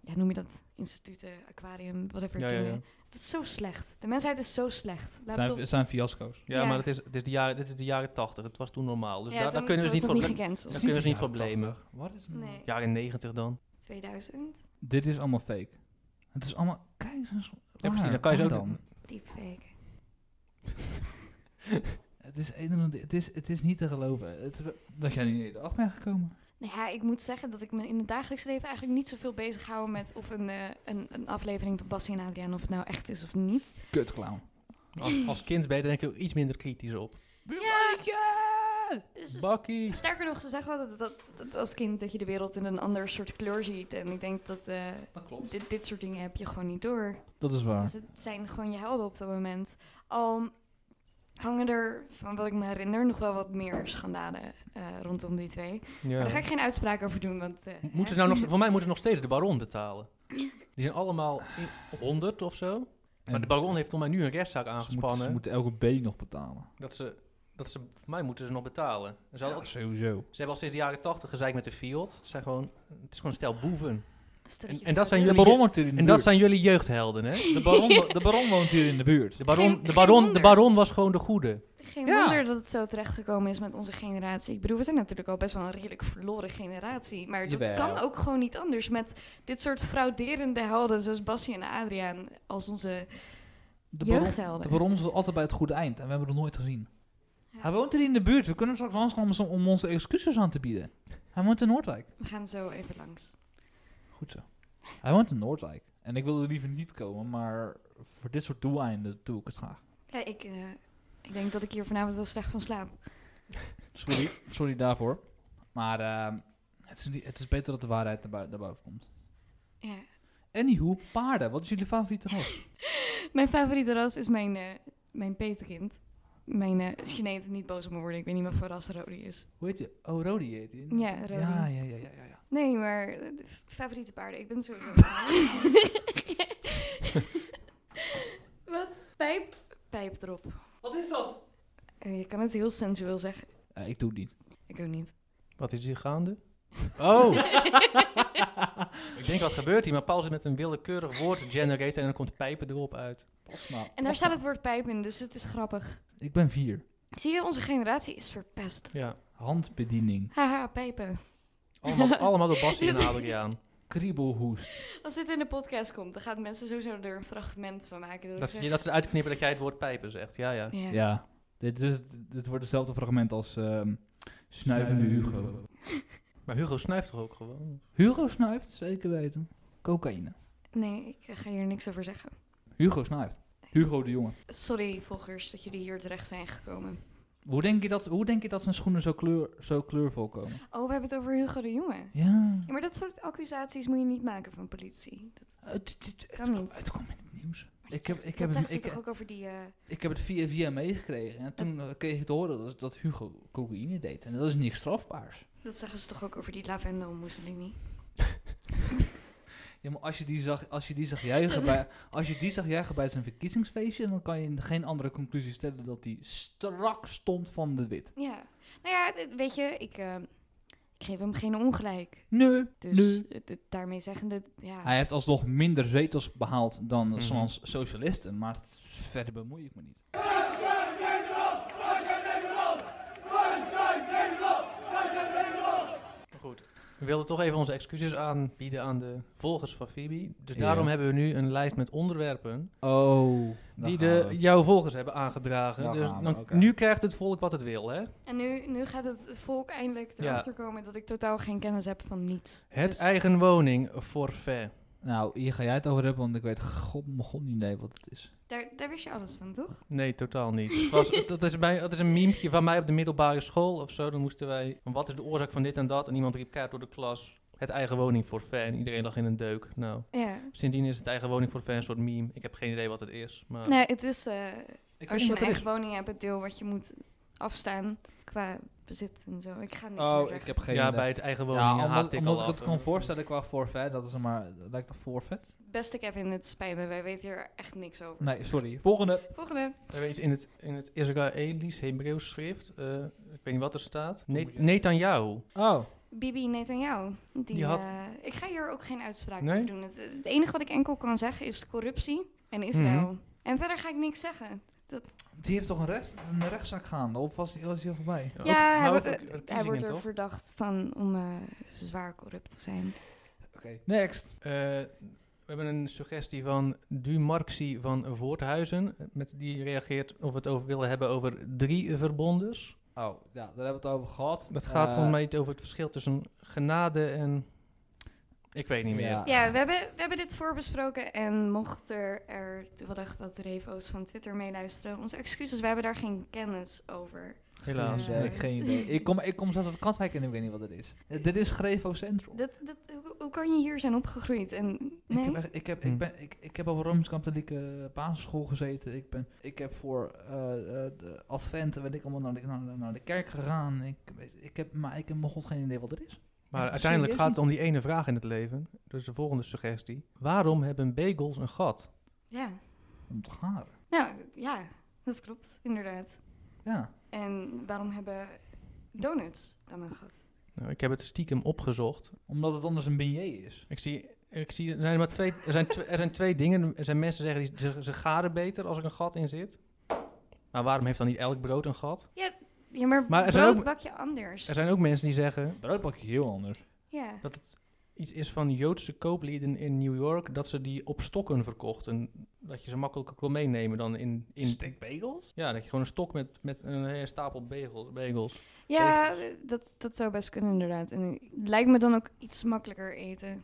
ja, noem je dat, instituten, aquarium, whatever
Ja, ja,
dingen.
ja.
Dat is zo slecht. De mensheid is zo slecht.
Het
Laat
zijn,
het op-
het zijn fiasco's.
Ja,
Ja.
maar het is, het is de jaren, dit is de jaren tachtig. Het was toen normaal. Dus
Ja,
daar, daar
toen-
kunnen we
toen
dus niet
was
voor.
het
bl-
niet gecanceld.
Daar kunnen we dus niet voor blamen.
nou, Wat is het nou?
Nee,
Jaren negentig dan.
2000.
Dit is allemaal fake. Het is allemaal... Kijk eens.
Ja, precies. Dan kan je zo
waar
ook-
Deepfake.
Het is, een en ander- het, is, het is niet te geloven. Het, dat jij niet in de acht bent gekomen.
Nou ja, ik moet zeggen dat ik me in het dagelijks leven eigenlijk niet zoveel bezighoud met of een, eh, een, een aflevering van Bassie en Adriaan of het nou echt is of niet.
Kut clown.
Als, als kind ben je denk ik ook iets minder kritisch op.
Dus-
Bakkie.
Sterker nog, ze zeggen altijd dat, dat, dat als kind dat je de wereld in een ander soort kleur ziet. En ik denk dat eh,
Dat klopt.
dit, dit soort dingen heb je gewoon niet door.
Dat is waar.
Dus het zijn gewoon je helden op dat moment. Al hangen er, van wat ik me herinner, nog wel wat meer schandalen eh, rondom die twee. Maar
Ja.
daar ga ik geen uitspraak over doen, want... eh,
Moeten ze nou nog, voor mij moeten ze nog steeds de baron betalen. Die zijn allemaal in- 100 of zo. Maar de baron heeft voor mij nu een rechtszaak
Ze moeten,
aangespannen.
ze moeten elke B nog betalen.
Dat ze, dat ze, voor mij moeten ze nog betalen. En Ze, hadden-
sowieso.
ze hebben al sinds de jaren tachtig gezeik met de Fiat. Het, zijn gewoon, het is gewoon een stel boeven.
stelletje
en- en dat zijn
voor-
De
jullie-
baron wordt hier in de
En dat
buurt.
zijn jullie jeugdhelden, hè?
De baron, de baron woont hier in de buurt.
De baron,
Geen-
de
geen
baron, de
wonder.
baron was gewoon de goede.
Geen
Ja.
wonder dat het zo terechtgekomen is met onze generatie. Ik bedoel, we zijn natuurlijk al best wel een redelijk verloren generatie. Maar dat
Jawel.
kan ook gewoon niet anders met dit soort frauderende helden zoals Bassie en Adriaan als onze
De baron, de
jeugdhelden.
baron is altijd bij het goede eind en we hebben hem nog nooit gezien.
Ja.
Hij woont hier in de buurt. We kunnen hem straks langs gaan om, om onze excuses aan te bieden. Hij woont in Noordwijk.
We gaan zo even langs.
Goed zo. Hij woont in Noordwijk. En ik wilde liever niet komen, maar voor dit soort doeleinden doe ik het graag.
Kijk, ik, eh, ik denk dat ik hier vanavond wel slecht van slaap.
Sorry, sorry daarvoor. Maar ehm, het, is niet, het is beter dat de waarheid naar bui- naar boven komt.
Ja.
Anywho, paarden. Wat is jullie favoriete ras?
Mijn favoriete ras is mijn, eh, mijn petekind. Mijn eh Chineet, niet boos op me worden. Ik weet niet meer voor ras Rodi is.
Hoe heet je? Oh, Rodi heet die.
Ja, Rodi.
Ja, ja, ja, ja, ja, ja.
Nee, maar eh, de f- favoriete paarden. Ik ben sowieso. Wat? Pijp? Pijp erop.
Wat is dat?
Eh, je kan het heel sensueel
Eh,
zeggen.
ik doe het niet.
Ik ook niet.
Wat is hier gaande? Oh! Ik denk, wat gebeurt hier? Maar Paul zit met een willekeurig woord generator en dan komt pijpen erop uit.
Nou,
En daar staat het woord pijp in, dus het is grappig.
Ik ben vier.
Zie je, onze generatie is verpest.
Ja.
Handbediening.
Haha, pijpen.
Allemaal, allemaal door Bassie en Adriaan.
Kriebelhoes.
Als dit in de podcast komt, dan gaan mensen sowieso er een fragment van maken. Dat ik
Dat, ze-
zeg-
dat ze uitknippen dat jij het woord pijpen zegt. Ja, ja.
Ja.
Ja. Dit, dit, dit wordt hetzelfde fragment als ehm, snuivende Hugo.
Maar Hugo snuift toch ook gewoon?
Hugo snuift, zeker weten. Cocaïne.
Nee, ik eh, ga hier niks over zeggen.
Hugo snuift. Hugo de Jonge.
Sorry, volgers, dat jullie hier terecht zijn gekomen.
Hoe denk je dat, hoe denk je dat zijn schoenen zo, kleur, zo kleurvol komen?
Oh, we hebben het over Hugo de Jonge.
Ja.
Ja, maar dat soort accusaties moet je niet maken van politie. Dat,
Het, het, het, het,
Kan
kom-
niet.
het komt in het nieuws.
maar
Eh, Ik
dat
heb-
zegt-
ik
dat
heb
zegt
hem-
ze
ik-
toch ook over die... eh,
Ik heb het via via meegekregen. En toen eh, kreeg ik te horen dat, dat Hugo cocaïne deed. En dat is niks strafbaars.
dat zeggen ze toch ook over die lavendel Mussolini.
Ja, maar als je die zag, als je die zag, juichen, bij, als je die zag juichen bij zijn verkiezingsfeestje... dan kan je geen andere conclusie stellen dat die strak stond van de wit.
Ja. Nou ja, d- weet je, ik, eh, ik geef hem geen ongelijk.
Nee,
Dus
nee.
eh, d- daarmee zeggende, ja.
Hij heeft alsnog minder zetels behaald dan
Mhm.
soms socialisten. Maar het- verder bemoei ik me niet.
Maar goed. We wilden toch even onze excuses aanbieden aan de volgers van Phoebe. Dus
Ja.
daarom hebben we nu een lijst met onderwerpen
Oh,
die de, jouw volgers hebben aangedragen.
Daar
dus
gaan we,
dan,
oké.
nu krijgt het volk wat het wil, hè?
En nu, nu gaat het volk eindelijk
Ja.
erachter komen dat ik totaal geen kennis heb van niets.
Het
Dus-
eigen woning forfait.
Nou, hier ga jij het over hebben, want ik weet god mijn god niet idee wat het is.
Daar, daar wist je alles van, toch?
Nee, totaal niet. Het was, dat, is bij, dat is een miempje van mij op de middelbare school of zo. Dan moesten wij. Wat is de oorzaak van dit en dat? En iemand riep kaart door de klas. Het eigen woning forfait. En iedereen lag in een deuk. Nou,
Ja.
sindsdien is het eigen woning forfait een soort meme. Ik heb geen idee wat het is. Maar
Nee, het is eh,
Ah. Ik
als je een eigen woning hebt, het deel wat je moet afstaan qua bezit en zo. Ik ga niks meer
Oh, ik
zeggen.
heb geen
ja,
idee.
bij het eigen woning
ja,
haakte
omdat,
ik
omdat
al dus, eh.
ik
af.
het kon voorstellen qua forfait, dat is een maar, dat lijkt op forfait.
Beste Kevin, het spijt me, wij weten hier echt niks over.
Nee, sorry. Volgende.
Volgende.
We hebben iets in het, in het Israëlisch Hebreeuws schrift. eh, ik weet niet wat er staat.
Kom
Ne
maar, ja.
Netanyahu.
Oh,
Bibi Netanyahu. Die,
Die had-
eh, ik ga hier ook geen uitspraak
Nee?
over doen. Het, het enige wat ik enkel kan zeggen is corruptie en Israël. En verder ga ik niks zeggen.
die heeft toch een, rechts, een rechtszaak gaande? Of was die, was die al voorbij?
Ja, hij
nou,
wordt-
voor
eh,
verkiezingen,
Hij wordt er
toch?
verdacht van om eh, zwaar corrupt te zijn.
Oké, next.
Eh, we hebben een suggestie van Dumarxi van Voorthuizen. eh, Met die reageert of we het over willen hebben over drie verbonders.
Oh, ja, daar hebben we het over gehad.
Dat gaat
Eh,
volgens mij iets over het verschil tussen genade en... Ik weet niet meer.
Ja.
Ja, we hebben, we hebben dit voorbesproken. En mocht er, er toevallig wat revo's van Twitter meeluisteren, onze excuses, we hebben daar geen kennis over.
Helaas.
Geen idee,
Ja.
geen idee. Ik kom, ik kom zelfs uit Katwijk en ik weet niet wat het is. Eh, dit is Grevo Central.
Dat, dat, hoe, hoe kan je hier zijn opgegroeid? En,
Ik
nee?
heb, echt- ik, heb,
Hm.
ik, ben, ik, ik heb op een Rooms-Katholieke basisschool gezeten. Ik, ben, ik heb voor eh, eh, de Adventen, weet ik allemaal, naar de, naar, de- naar de kerk gegaan. Ik, weet- ik heb, maar ik heb mijn god geen idee wat er is.
Maar
Ja,
uiteindelijk
serieus
gaat het om die ene vraag in het leven. Dus de volgende suggestie. Waarom hebben bagels een gat?
Ja.
Om te garen.
Nou, ja, dat klopt, inderdaad.
Ja.
En waarom hebben donuts dan een gat?
Nou, ik heb het stiekem opgezocht.
Omdat het anders een beignet is.
Ik zie, ik zie er zijn maar twee, er zijn, twe- er zijn twee dingen. Er zijn mensen die zeggen, die, ze, ze garen beter als er een gat in zit. Maar waarom heeft dan niet elk brood een gat?
Ja, maar,
Maar er zijn
brood
ook-
bak je anders.
Er zijn ook mensen die zeggen
Broodbakje heel anders.
Ja.
dat het iets is van Joodse kooplieden in New York, dat ze die op stokken verkochten. Dat je ze makkelijker kon meenemen dan in... in
Steekbegels?
ja, dat je gewoon een stok met, met een hele stapel bagels. bagels.
Ja, dat, dat zou best kunnen inderdaad. En het lijkt me dan ook iets makkelijker eten.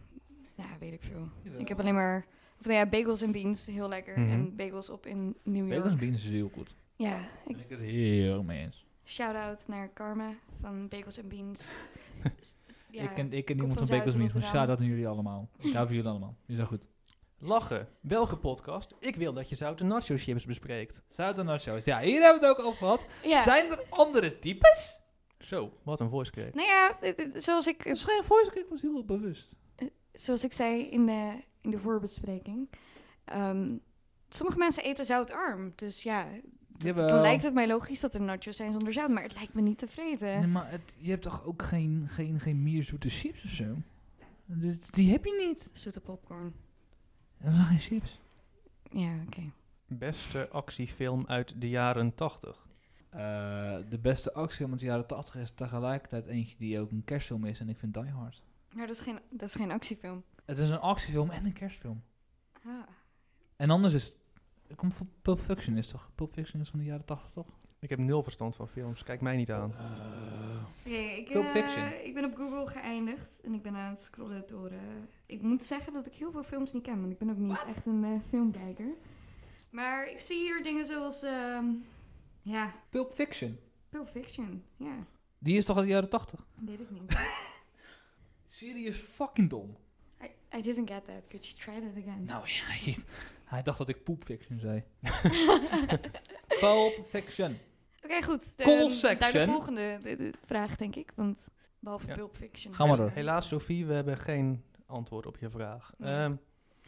Ja, weet ik veel. Ik heb alleen maar... Of nou ja, bagels en beans, heel lekker.
Mhm.
En bagels op in New York.
Bagels en beans is heel goed.
Ja, ik,
Ben ik het heel mee eens.
shout-out naar Karma van Bagels en Beans. S- s- ja,
ik ken, ik
kom
ken niemand van
van
Bagels en beans,
Zuid Rotterdam.
maar shout-out aan jullie allemaal. Ik hou van jullie allemaal. Je zijn goed.
Lachen. Welke podcast? Ik wil dat je zoute nacho chips bespreekt.
Zout en nachos. Ja, hier hebben we het ook over gehad.
Ja.
Zijn er andere types?
Zo, wat een voice crack.
Nou ja, het- het- zoals ik,
Het is geen voice crack, was heel bewust.
zoals ik zei in de, in de voorbespreking... ehm, sommige mensen eten zoutarm, dus ja... Dan lijkt het mij logisch dat er nachos zijn zonder zout, maar het lijkt me niet te vreten.
Nee, maar het, je hebt toch ook geen, geen, geen meer zoete chips of zo? Die, die heb je niet.
Zoete popcorn.
Dat zijn geen chips.
Ja, oké.
Beste actiefilm uit de jaren 80.
Eh, de beste actiefilm uit de jaren 80 is tegelijkertijd eentje die ook een kerstfilm is. En ik vind Die Hard.
Maar dat is geen, dat is geen actiefilm.
Het is een actiefilm en een kerstfilm.
Ah,
En anders is... Ik kom van Pulp Fiction is toch? Pulp Fiction is van de jaren 80 toch?
Ik heb nul verstand van films, kijk mij niet aan.
Oké, ik,
Pulp
eh,
Fiction.
ik ben op Google geëindigd en ik ben aan het scrollen door... eh, ik moet zeggen dat ik heel veel films niet ken, want ik ben ook niet echt een eh, filmkijker. Maar ik zie hier dingen zoals... ehm, ja,
Pulp Fiction.
Pulp Fiction. Ja,
Die is toch uit de jaren 80?
weet ik niet.
Serie is fucking dom.
I, I didn't get that. Could you try that again?
Nou ja, hij, hij dacht dat ik Poop Fiction zei. Pulp Fiction.
Oké, goed. De,
Call
Naar de
section.
volgende de- de vraag, denk ik. Want behalve
Ja.
Pulp Fiction. eh,
Ga maar door.
Helaas, Sophie, we hebben geen antwoord op je vraag.
Nee.
Ehm,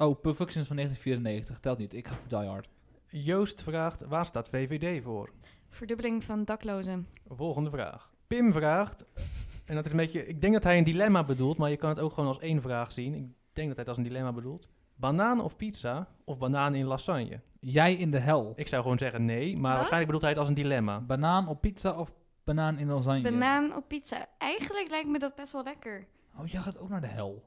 Oh, Pulp Fiction is van 1994. Telt niet. Ik ga voor Die Hard.
Joost vraagt, waar staat VVD voor?
Verdubbeling van daklozen.
Volgende vraag. Pim vraagt, en dat is een beetje, ik denk dat hij een dilemma bedoelt, maar je kan het ook gewoon als één vraag zien. Ik denk dat hij het als een dilemma bedoelt. Banaan of pizza of banaan in lasagne?
Jij in de hel.
Ik zou gewoon zeggen nee, maar
Wat?
waarschijnlijk bedoelt hij het als een dilemma.
Banaan op pizza of banaan in lasagne?
Banaan op pizza. Eigenlijk lijkt me dat best wel lekker.
Oh, jij gaat ook naar de hel.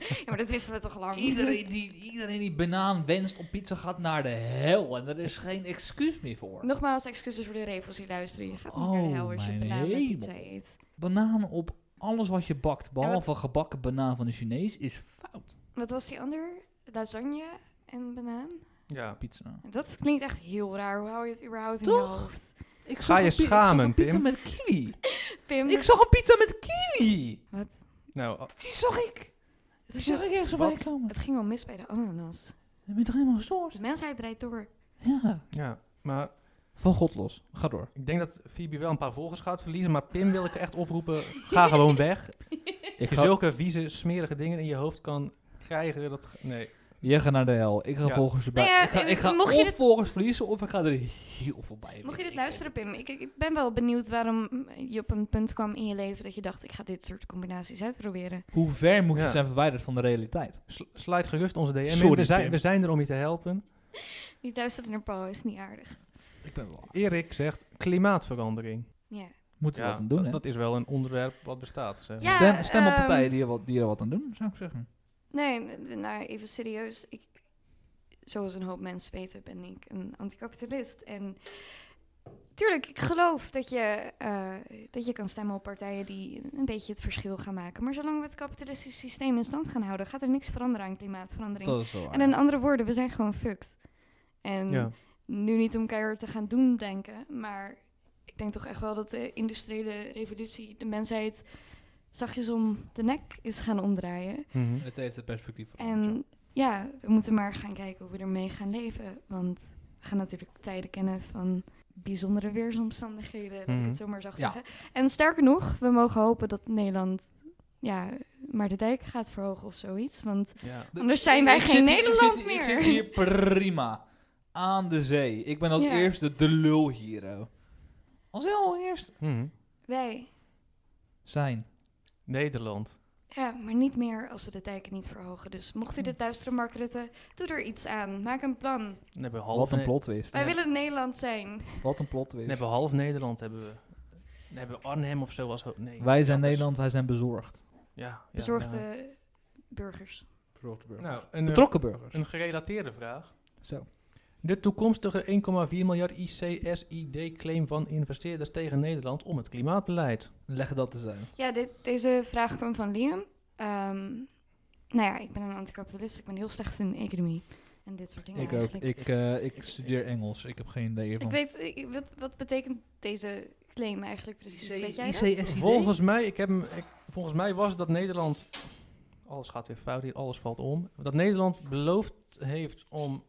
ja, maar dat wisten we toch al lang.
iedereen, die, iedereen die banaan wenst op pizza gaat naar de hel. En er is geen excuus meer voor.
Nogmaals, excuses voor de regels die luisteren. Je gaat niet naar de
Oh,
hel als je
mijn
banaan met
hemel.
pizza eet.
Banaan op alles wat je bakt, behalve gebakken banaan van de Chinees, is fout.
Wat was die ander? Lasagne en banaan?
Ja.
Pizza.
Dat klinkt echt heel raar. Hoe hou je het überhaupt in je
Toch?
hoofd?
Ik
zag je een pi- ik zag schamen,
een pizza
Pim?
met kiwi.
Pim,
Ik zag een pizza met kiwi.
Nou, a-
Die zag ik. Die
is
zag
wel-
ik ergens
Wat?
voorbij komen.
het ging wel mis bij de ananas.
Je bent toch helemaal gestoord?
Dus De mensheid draait door.
Ja.
ja, maar
Van God los. Ga door.
ik denk dat Phoebe wel een paar volgers gaat verliezen, maar Pim wil ik echt oproepen, ga gewoon weg.
Ik
Als je zulke vieze, smerige dingen in je hoofd kan krijgen, dat... Nee.
Jij gaat naar de hel. Ik ga
Ja.
volgens je bij.
Nou ja,
ik ga, ik
eh,
ga
mocht je
of
dit-
volgens verliezen of ik ga er heel voorbij.
Mocht je dit
Ik-
luisteren, Pim? Ik, ik ben wel benieuwd waarom je op een punt kwam in je leven dat je dacht, ik ga dit soort combinaties uitproberen.
Hoe ver moet je
Ja.
zijn verwijderd van de realiteit?
Sl- Sluit gerust onze DM in.
Sorry,
we, zijn,
Pim.
we zijn er om je te helpen.
Niet luisteren naar Paul is niet aardig.
Ik ben wel.
Erik zegt klimaatverandering.
Ja.
Moeten we wat aan
dat-
doen, hè?
dat is wel een onderwerp wat bestaat. zeg.
Ja.
stem, stem op
ehm,
partijen die er, wat, die er wat aan doen, zou ik zeggen.
Nee, n- nou even serieus. Ik, zoals een hoop mensen weten, ben ik een anticapitalist. En tuurlijk, ik geloof dat je, eh, dat je kan stemmen op partijen die een beetje het verschil gaan maken. Maar zolang we het kapitalistische systeem in stand gaan houden, gaat er niks veranderen aan klimaatverandering.
Dat is wel waar.
En in andere woorden, we zijn gewoon fucked. En
Ja.
nu niet om keihard te gaan doen denken, maar ik denk toch echt wel dat de industriële revolutie de mensheid zachtjes om de nek is gaan omdraaien.
Mhm.
Het heeft het perspectief veranderd,
En ja, we moeten maar gaan kijken hoe we ermee gaan leven, want we gaan natuurlijk tijden kennen van bijzondere weersomstandigheden, dat ik
Mhm.
het zomaar zag
Ja.
zeggen. En sterker nog, we mogen hopen dat Nederland ja, maar de dijk gaat verhogen of zoiets, want
Ja.
ja.
anders zijn wij
Ik
geen
zit hier- ik
Nederland
zit hier-
meer.
Ik zit hier prima. Aan de zee. Ik ben als
Ja.
eerste de lul hier. oh. Als heel eerst
Mhm.
wij
zijn.
Nederland.
Ja, maar niet meer als we de dijken niet verhogen. Dus mocht u dit luisteren, Mark Rutte, doe er iets aan. Maak een plan.
Dan hebben we half
Wat een
Ne-
plot twist.
Wij
Ja.
willen Nederland zijn.
Wat een plot
Dan
twist.
hebben we half Nederland. Hebben we. Dan hebben we Arnhem of zo als... ho- Nee,
Wij
dat
zijn
is-
Nederland, wij zijn bezorgd.
Ja, ja,
Bezorgde
nou.
burgers.
Bezorgde burgers.
Nou, een, eh,
Betrokken burgers.
een gerelateerde vraag.
Zo.
De toekomstige 1,4 miljard ICSID-claim van investeerders tegen Nederland om het klimaatbeleid.
Leg dat te zijn.
Ja, dit, deze vraag kwam van Liam. Ehm, nou ja, ik ben een anticapitalist. Ik ben heel slecht in economie. En dit soort dingen
ik ook.
eigenlijk.
Ik, eh, ik
Ik-
studeer Engels. Ik heb geen idee
Ik
van.
weet, ik- wat, wat betekent deze claim eigenlijk precies?
E
Weet jij dat?
Volgens mij, ik heb hem, ik- volgens mij was het dat Nederland. Alles gaat weer fout hier, alles valt om. Dat Nederland beloofd heeft om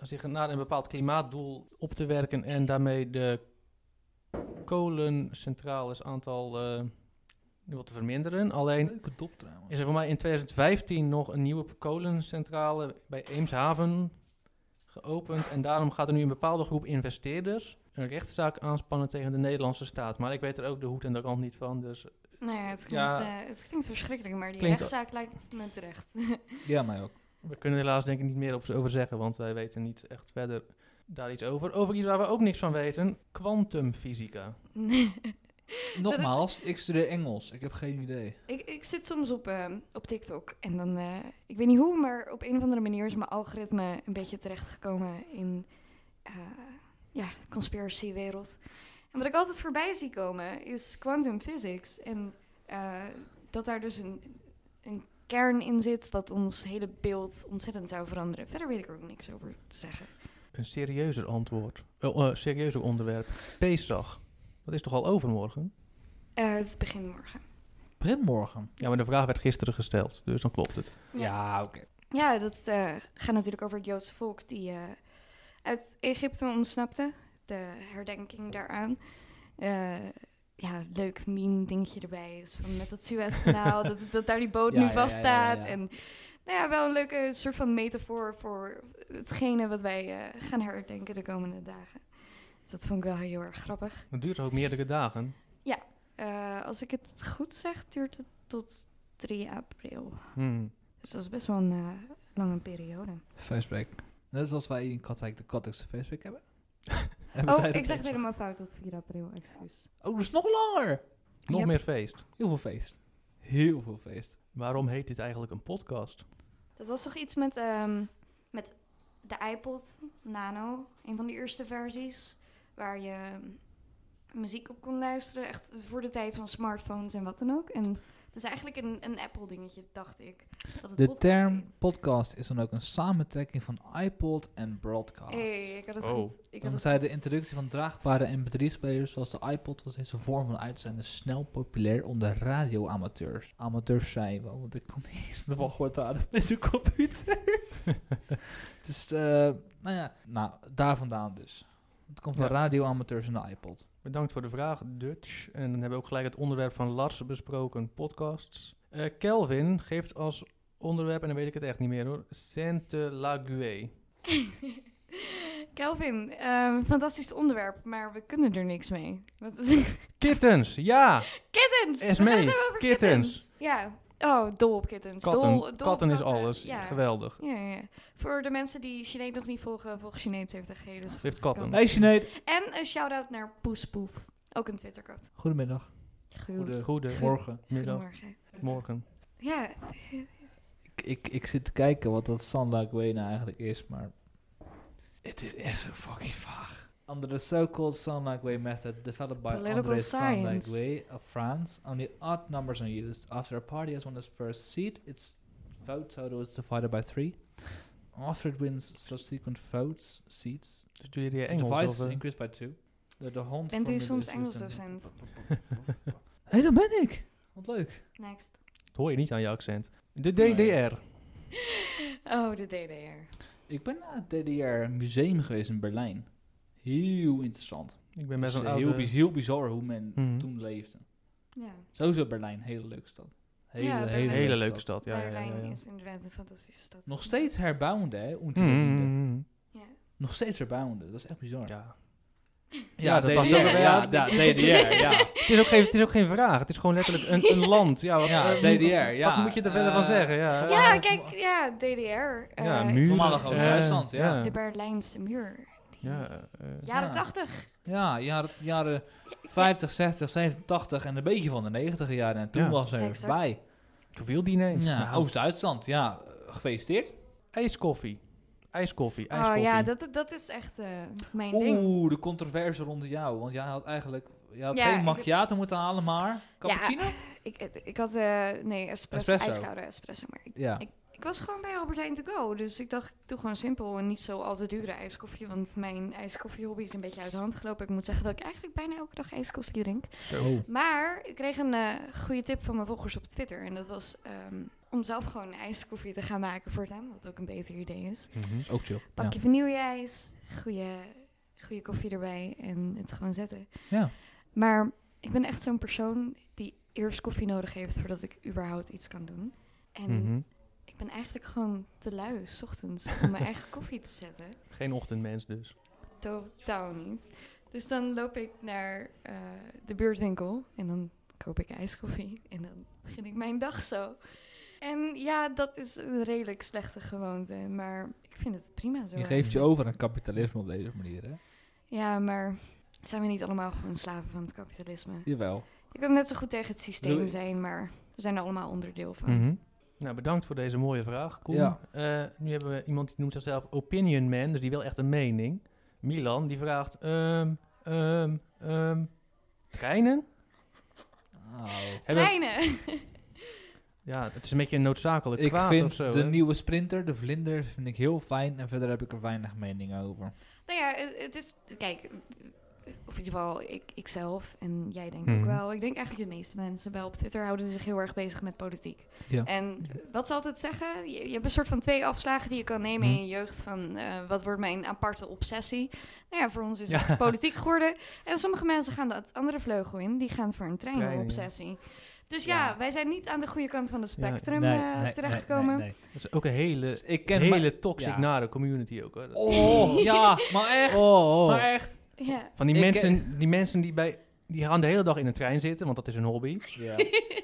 zich naar een bepaald klimaatdoel op te werken. en daarmee de kolencentrales aantal eh, nu wat te verminderen. Alleen
Leuke dop trouwens.
is er voor mij in 2015 nog een nieuwe kolencentrale bij Eemshaven geopend. En daarom gaat er nu een bepaalde groep investeerders een rechtszaak aanspannen tegen de Nederlandse staat. Maar ik weet er ook de hoed en de rand niet van. Dus
Nou ja, het klinkt,
Ja.
eh, het klinkt verschrikkelijk, maar die
Klinkt-
rechtszaak lijkt me terecht.
Ja, mij ook.
We kunnen helaas denk ik niet meer op- over zeggen, want wij weten niet echt verder daar iets over. Over iets waar we ook niks van weten, kwantumfysica.
Nogmaals, ik studeer Engels. Ik heb geen idee.
Ik, ik zit soms op, ehm, op TikTok en dan, eh, ik weet niet hoe, maar op een of andere manier is mijn algoritme een beetje terechtgekomen in eh ja, de conspiracy-wereld. En wat ik altijd voorbij zie komen is quantum physics. En eh, dat daar dus een, een kern in zit wat ons hele beeld ontzettend zou veranderen. Verder weet ik er ook niks over te zeggen.
Een serieuzer antwoord. Oh, eh, serieuzer onderwerp. Pesach. Dat is toch al overmorgen?
Eh, het is begin morgen.
Begin morgen.
Ja, maar de vraag werd gisteren gesteld, dus dan klopt het.
Ja.
Ja, oké.
Ja, dat eh, gaat natuurlijk over het Joodse volk die eh, uit Egypte ontsnapte. De herdenking daaraan. Eh, ja, leuk meme dingetje erbij is van met dat Suezkanaal, dat, dat daar die boot
Ja,
nu
ja, ja, ja,
vaststaat.
ja.
En nou ja, wel een leuke soort van metafoor voor hetgene wat wij eh, gaan herdenken de komende dagen. Dus dat vond ik wel heel erg grappig.
Het duurt ook meerdere dagen.
Eh, als ik het goed zeg, duurt het tot 3 april.
Hmm.
Dus dat is best wel een eh, lange periode.
Feestweek. Net zoals wij in Katwijk de Katwijkse feestweek hebben. hebben
Oh,
zij de
ik zeg het
feestdag.
helemaal fout, dat is 4 april, excuus.
Oh, dus nog langer.
Nog
Yep.
meer feest.
Heel veel feest. Heel veel feest.
Waarom heet dit eigenlijk een podcast?
Dat was toch iets met, ehm, met de iPod Nano, een van de eerste versies, waar je ehm, muziek op kon luisteren, echt voor de tijd van smartphones en wat dan ook. En het is eigenlijk een, een Apple dingetje, dacht ik. Dat het
De
podcast
term
heet.
podcast is dan ook een samentrekking van iPod en broadcast.
hey, ik had het
Oh.
goed. Ik had het
Dankzij de
goed.
introductie van draagbare MP3-spelers zoals de iPod was deze vorm van uitzenden snel populair onder radioamateurs. Amateurs zijn wel, want ik kan niet eens ervan gehoord houden van deze computer. dus, eh nou ja, nou, daar vandaan dus. Het komt van
Ja.
radioamateurs en de iPod.
Bedankt voor de vraag, Dutch. En dan hebben we ook gelijk het onderwerp van Lars besproken, podcasts. Eh, Kelvin geeft als onderwerp, en dan weet ik het echt niet meer hoor, Sainte Lague.
Kelvin, ehm, fantastisch onderwerp, maar we kunnen er niks mee. Wat-
Kittens, ja!
kittens! We
Esmee,
gaan het hebben over
kittens.
Ja. Oh, dol op kittens.
Katten,
dol, dol
katten
op
is alles.
Ja.
Geweldig.
Ja, ja, ja. Voor de mensen die Sinead nog niet volgen, volg Sinead, ze heeft echt hele schattige
Heeft katten.
katten.
Hey Sinead.
En een shout-out naar Poespoef, ook een Twitterkat.
Goedemiddag.
Goedemorgen.
Morgen.
Goedemiddag, morgen.
Ja,
Ik, ik, ik zit te kijken wat dat San Laguay nou eigenlijk is, maar het is echt zo fucking vaag. Under the so-called San Laguay method developed by
Political
André San
science.
Laguay of France, only odd numbers are used. After a party has won its first seat, its vote total is divided by three. After it wins subsequent votes, seats,
Dus doe je die
the
Engels
device
of...
is
eh,
increased by two. The, the hond
bent u
formula
soms
is used in-
Engelsdocent?
Hé, dat ben ik! Wat leuk.
Next.
dat hoor je niet aan je accent. De
Nee.
DDR.
Oh, de DDR.
Ik ben naar het DDR museum geweest in Berlijn. Heel interessant.
Ik ben
Het
met
is
een
heel,
oude...
biz- heel bizar hoe men
Mhm.
toen leefde.
Ja,
Sowieso Berlijn, hele leuke stad. Hele,
Ja,
hele,
Berlijn.
Hele leuke stad. Ja, ja, ja,
Berlijn
ja.
is inderdaad een fantastische stad.
Nog steeds herbouwde, hè?
Mm,
Oentelinde.
mm, mm, mm.
Ja.
Nog steeds herbouwde, dat is echt bizar.
Ja.
Ja,
dat was
DDR,
dan-
ja, ja, DDR, ja.
Het, is ook geen, het is ook geen vraag. Het is gewoon letterlijk een, een land. Ja, wat,
Ja,
eh,
DDR,
wat
ja.
moet je er verder van
Eh,
zeggen? Ja,
Ja,
eh,
kijk, ja, DDR. eh,
Ah. ja muren.
Voormalig Oost-Duitsland,
Eh,
ja.
De Berlijnse muur. Die
Ja, eh,
Jaren
Ja.
80.
Ja, jaren, jaren
Ja,
50, 60, 70, 80 en een beetje van de 90 jaren. En toen
Ja.
was er
Exact.
voorbij.
Toen viel die ineens.
Ja, oh.
Nou,
Oost-Duitsland, ja. eh, Gefeliciteerd.
ijskoffie. Ijskoffie,
Oh
ijskoffie.
ja, dat, dat is echt eh, mijn ding.
Oeh, de controverse rond jou. Want jij had eigenlijk jij had
Ja,
geen
ik-
macchiato moeten halen, maar cappuccino? Ja.
Ik, ik had, eh, nee, espresso,
Espresso.
ijskoude espresso, maar ik Ik was gewoon bij Albert Heijn to go, dus ik dacht, ik doe gewoon simpel en niet zo al te dure ijskoffie, want mijn ijskoffiehobby is een beetje uit de hand gelopen. Ik moet zeggen dat ik eigenlijk bijna elke dag ijskoffie drink.
Oh.
Maar ik kreeg een eh, goede tip van mijn volgers op Twitter en dat was ehm, om zelf gewoon ijskoffie te gaan maken voortaan, wat ook een beter idee is.
Mhm.
is ook chill.
Pak je vanilleijs, goede, goede koffie erbij en het gewoon zetten.
Ja.
Maar ik ben echt zo'n persoon die eerst koffie nodig heeft voordat ik überhaupt iets kan doen. En
Mhm.
ik ben eigenlijk gewoon te lui, 's ochtends, om mijn eigen koffie te zetten.
Geen ochtendmens dus.
Totaal niet. Dus dan loop ik naar eh, de buurtwinkel en dan koop ik ijskoffie en dan begin ik mijn dag zo. En ja, dat is een redelijk slechte gewoonte, maar ik vind het prima zo.
Je geeft je over aan kapitalisme op deze manier, hè?
Ja, maar zijn we niet allemaal gewoon slaven van het kapitalisme?
Jawel.
Je kan net zo goed tegen het
Bedoel-
systeem zijn, maar we zijn er allemaal onderdeel van.
Mhm. Nou, bedankt voor deze mooie vraag. Koen.
Ja.
Eh, nu hebben we iemand die noemt zichzelf Opinion Man, dus die wil echt een mening. Milan, die vraagt: ehm, ehm, ehm, treinen?
Nou,
Hebben-
Treinen!
ja, het is een beetje een noodzakelijk
ik
kwaad
vind
of zo.
de
hè?
nieuwe Sprinter, de Vlinder, vind ik heel fijn. En verder heb ik er weinig mening over.
nou ja, het, het is... Kijk, of in ieder geval ik, ikzelf en jij denk ik
Mhm.
ook wel. Ik denk eigenlijk de meeste mensen wel op Twitter houden zich heel erg bezig met politiek.
Ja.
En wat ze altijd zeggen, je, je hebt een soort van twee afslagen die je kan nemen
Mhm.
in je jeugd. Van eh, wat wordt mijn aparte obsessie? Nou ja, voor ons is
Ja.
het politiek geworden. En sommige mensen gaan dat andere vleugel in. Die gaan voor een treinenobsessie. Dus ja,
Ja.
wij zijn niet aan de goede kant van het
Ja,
spectrum eh, terechtgekomen.
nee, nee.
Dat is ook een hele,
Dus ik ken
hele
maar-
toxic
ja.
nare community ook. Hoor. Dat-
Oh, ja, maar echt.
Oh, oh.
Maar echt.
Ja.
Van die
Ik-
mensen, die mensen die bij. Die gaan de hele dag in een trein zitten, want dat is hun hobby.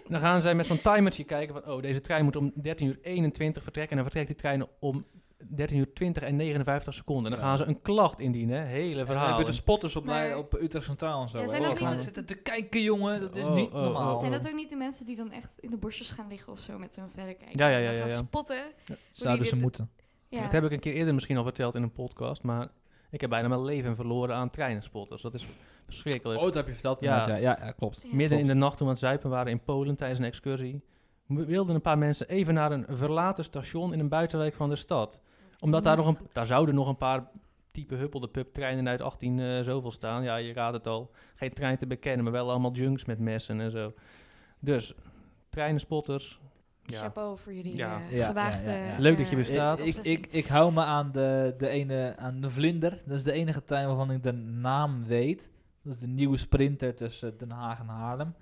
Dan gaan zij met zo'n timertje kijken van... oh, deze trein moet om 13.21 uur vertrekken... en dan vertrekt die trein om 13.20 uur en 59 seconden. En dan
Ja.
gaan ze een klacht indienen, hè? hele
We hebben
verhaal.
de spotters op,
Maar-
mij, op Utrecht Centraal en zo.
Ja,
hè.
zijn dat
Oh,
niet
gaan
de-
zitten te kijken, jongen. Dat is
Oh,
niet
oh, oh.
normaal.
Zijn dat ook niet de mensen die dan echt in de bosjes gaan liggen of zo met hun verder kijken?
Ja, ja, ja,
En dan
ja,
gaan
ja.
spotten.
Zouden ze
dit-
moeten.
Ja.
Dat heb ik een keer eerder misschien al verteld in een podcast... maar ik heb bijna mijn leven verloren aan treinenspotters. Dat is verschrikkelijk.
Oh, dat heb je verteld.
Ja.
inderdaad, Ja, ja, ja klopt.
Ja.
Midden in
klopt.
de nacht toen we aan het zuipen waren in Polen tijdens een excursie... w- wilden een paar mensen even naar een verlaten station in een buitenwijk van de stad. Omdat daar nog een, daar zouden nog een paar type huppelde pub treinen uit 18 eh, zoveel staan. Ja, je raadt het al. Geen trein te bekennen, maar wel allemaal junks met messen en zo. Dus treinen spotters. Ja.
Chapeau voor jullie
Ja.
eh,
Ja, ja,
gewaagde...
ja, ja.
Leuk dat je
eh,
bestaat.
Ik, ik, ik, ik hou me aan de, de ene, aan de Vlinder. Dat is de enige trein waarvan ik de naam weet. Dat is de nieuwe sprinter tussen Den Haag en Haarlem.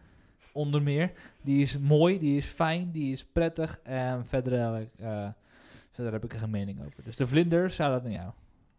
Onder meer. Die is mooi, die is fijn, die is prettig. En verder heb ik, eh, verder heb ik er geen mening over. Dus de Vlinder, zou dat aan jou.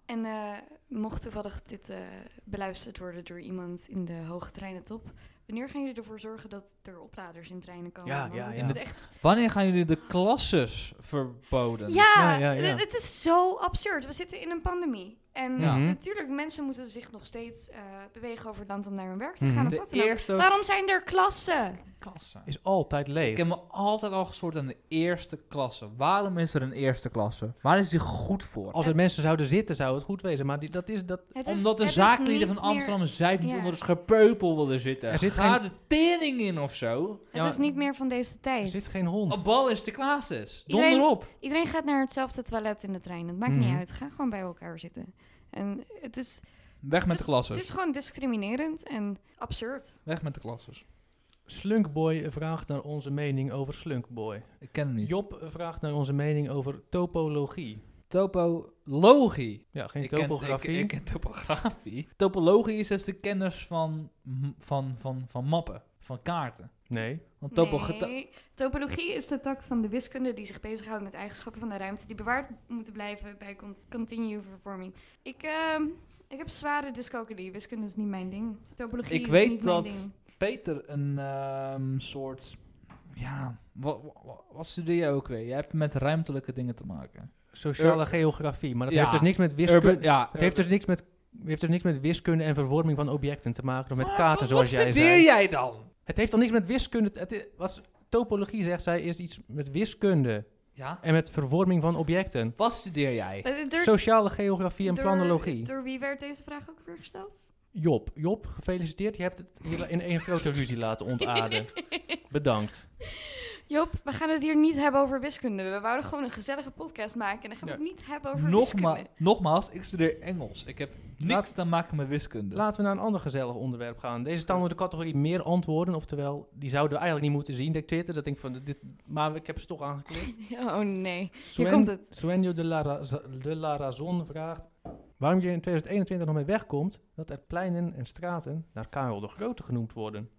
En eh, mocht toevallig dit eh, beluisterd worden door iemand in de hoge treinentop... Wanneer gaan jullie ervoor zorgen dat er opladers in treinen komen?
Ja,
Want
ja,
het
ja.
is echt...
Wanneer gaan jullie de klasses verboden?
Ja,
Ja, ja, ja.
Het, het is zo absurd. We zitten in een pandemie. En eh,
Ja. Mhm.
natuurlijk, mensen moeten zich nog steeds eh, bewegen over het land om naar hun werk te
Mhm.
gaan. Of
De
wat dan ook.
eerste
Waarom zijn er klassen?
klasse.
Is altijd leeg.
Ik heb me altijd al gestoord aan de eerste klasse. Waarom is er een eerste klasse? Waar is die goed voor?
Als er mensen zouden zitten, zou het goed wezen. Maar die, dat is dat.
Het is-
Omdat de
het is
zaaklieden
niet
van Amsterdam Zuid niet
Ja.
onder het gepeupel wilden zitten.
Er zit
Ga
geen-
de tering in of zo.
meer-
Ja,
het is
maar-
niet meer van deze
Er
tijd.
zit geen hond.
Op bal is de Klaases.
Iedereen-
Donder op.
Iedereen gaat naar hetzelfde toilet in de trein. Het maakt
Mhm.
niet uit. Ga gewoon bij elkaar zitten. En het is,
Weg met de
het
klasses.
is gewoon discriminerend en absurd.
Weg met de klasses.
Slunkboy vraagt naar onze mening over Slunkboy.
Ik ken hem niet.
Job vraagt naar onze mening over topologie.
Topologie.
Ja, geen
Ik ken-
topografie.
ik, ik ken topografie. Topologie is dus de kennis van, m- van, van, van mappen, van kaarten.
Nee.
Want topo
Nee, topologie is de tak van de wiskunde die zich bezighoudt met eigenschappen van de ruimte die bewaard moeten blijven bij con- continue vervorming. Ik, ehm, ik heb zware dyscalculie. Wiskunde is niet mijn ding. Topologie
Ik
is
weet
niet mijn
dat-
ding.
Peter een ehm, soort... Ja, wat, wat, studeer jij ook weer? Jij hebt met ruimtelijke dingen te maken.
Sociale geografie. Maar dat
Ja.
heeft dus niks met wiskunde.
Urban- ja,
Het heeft dus niks met, het heeft dus niks met wiskunde en vervorming van objecten te maken, maar met kaarten
Wat-
zoals
wat
jij
studeer
zei.
jij dan?
Het heeft dan niks met wiskunde. te- Het, i- wat s- topologie zegt zij is iets met wiskunde
Ja.
en met vervorming van objecten.
Wat studeer jij?
Eh, door-
Sociale geografie en
door-
planologie.
Door wie werd deze vraag ook weer gesteld?
Job, Job, gefeliciteerd. Je hebt het hier in één grote ruzie laten ontaarden. Bedankt.
Job, we gaan het hier niet hebben over wiskunde. We wouden gewoon een gezellige podcast maken en dan gaan we
Ja.
het niet hebben over
Nogma
wiskunde.
nogmaals, ik studeer Engels. Ik heb niks
Laat-
te maken met wiskunde.
Laten we naar een ander gezellig onderwerp gaan. Deze staan onder de categorie meer antwoorden. Oftewel, die zouden we eigenlijk niet moeten zien. Dat ik twitter, dat denk ik van, dit, maar ik heb ze toch aangeklikt.
Oh nee.
Swen-
komt het.
Swenjo de, la Raz- de la Razon vraagt waarom je in 2021 nog mee wegkomt dat er pleinen en straten naar Karel de Grote genoemd worden.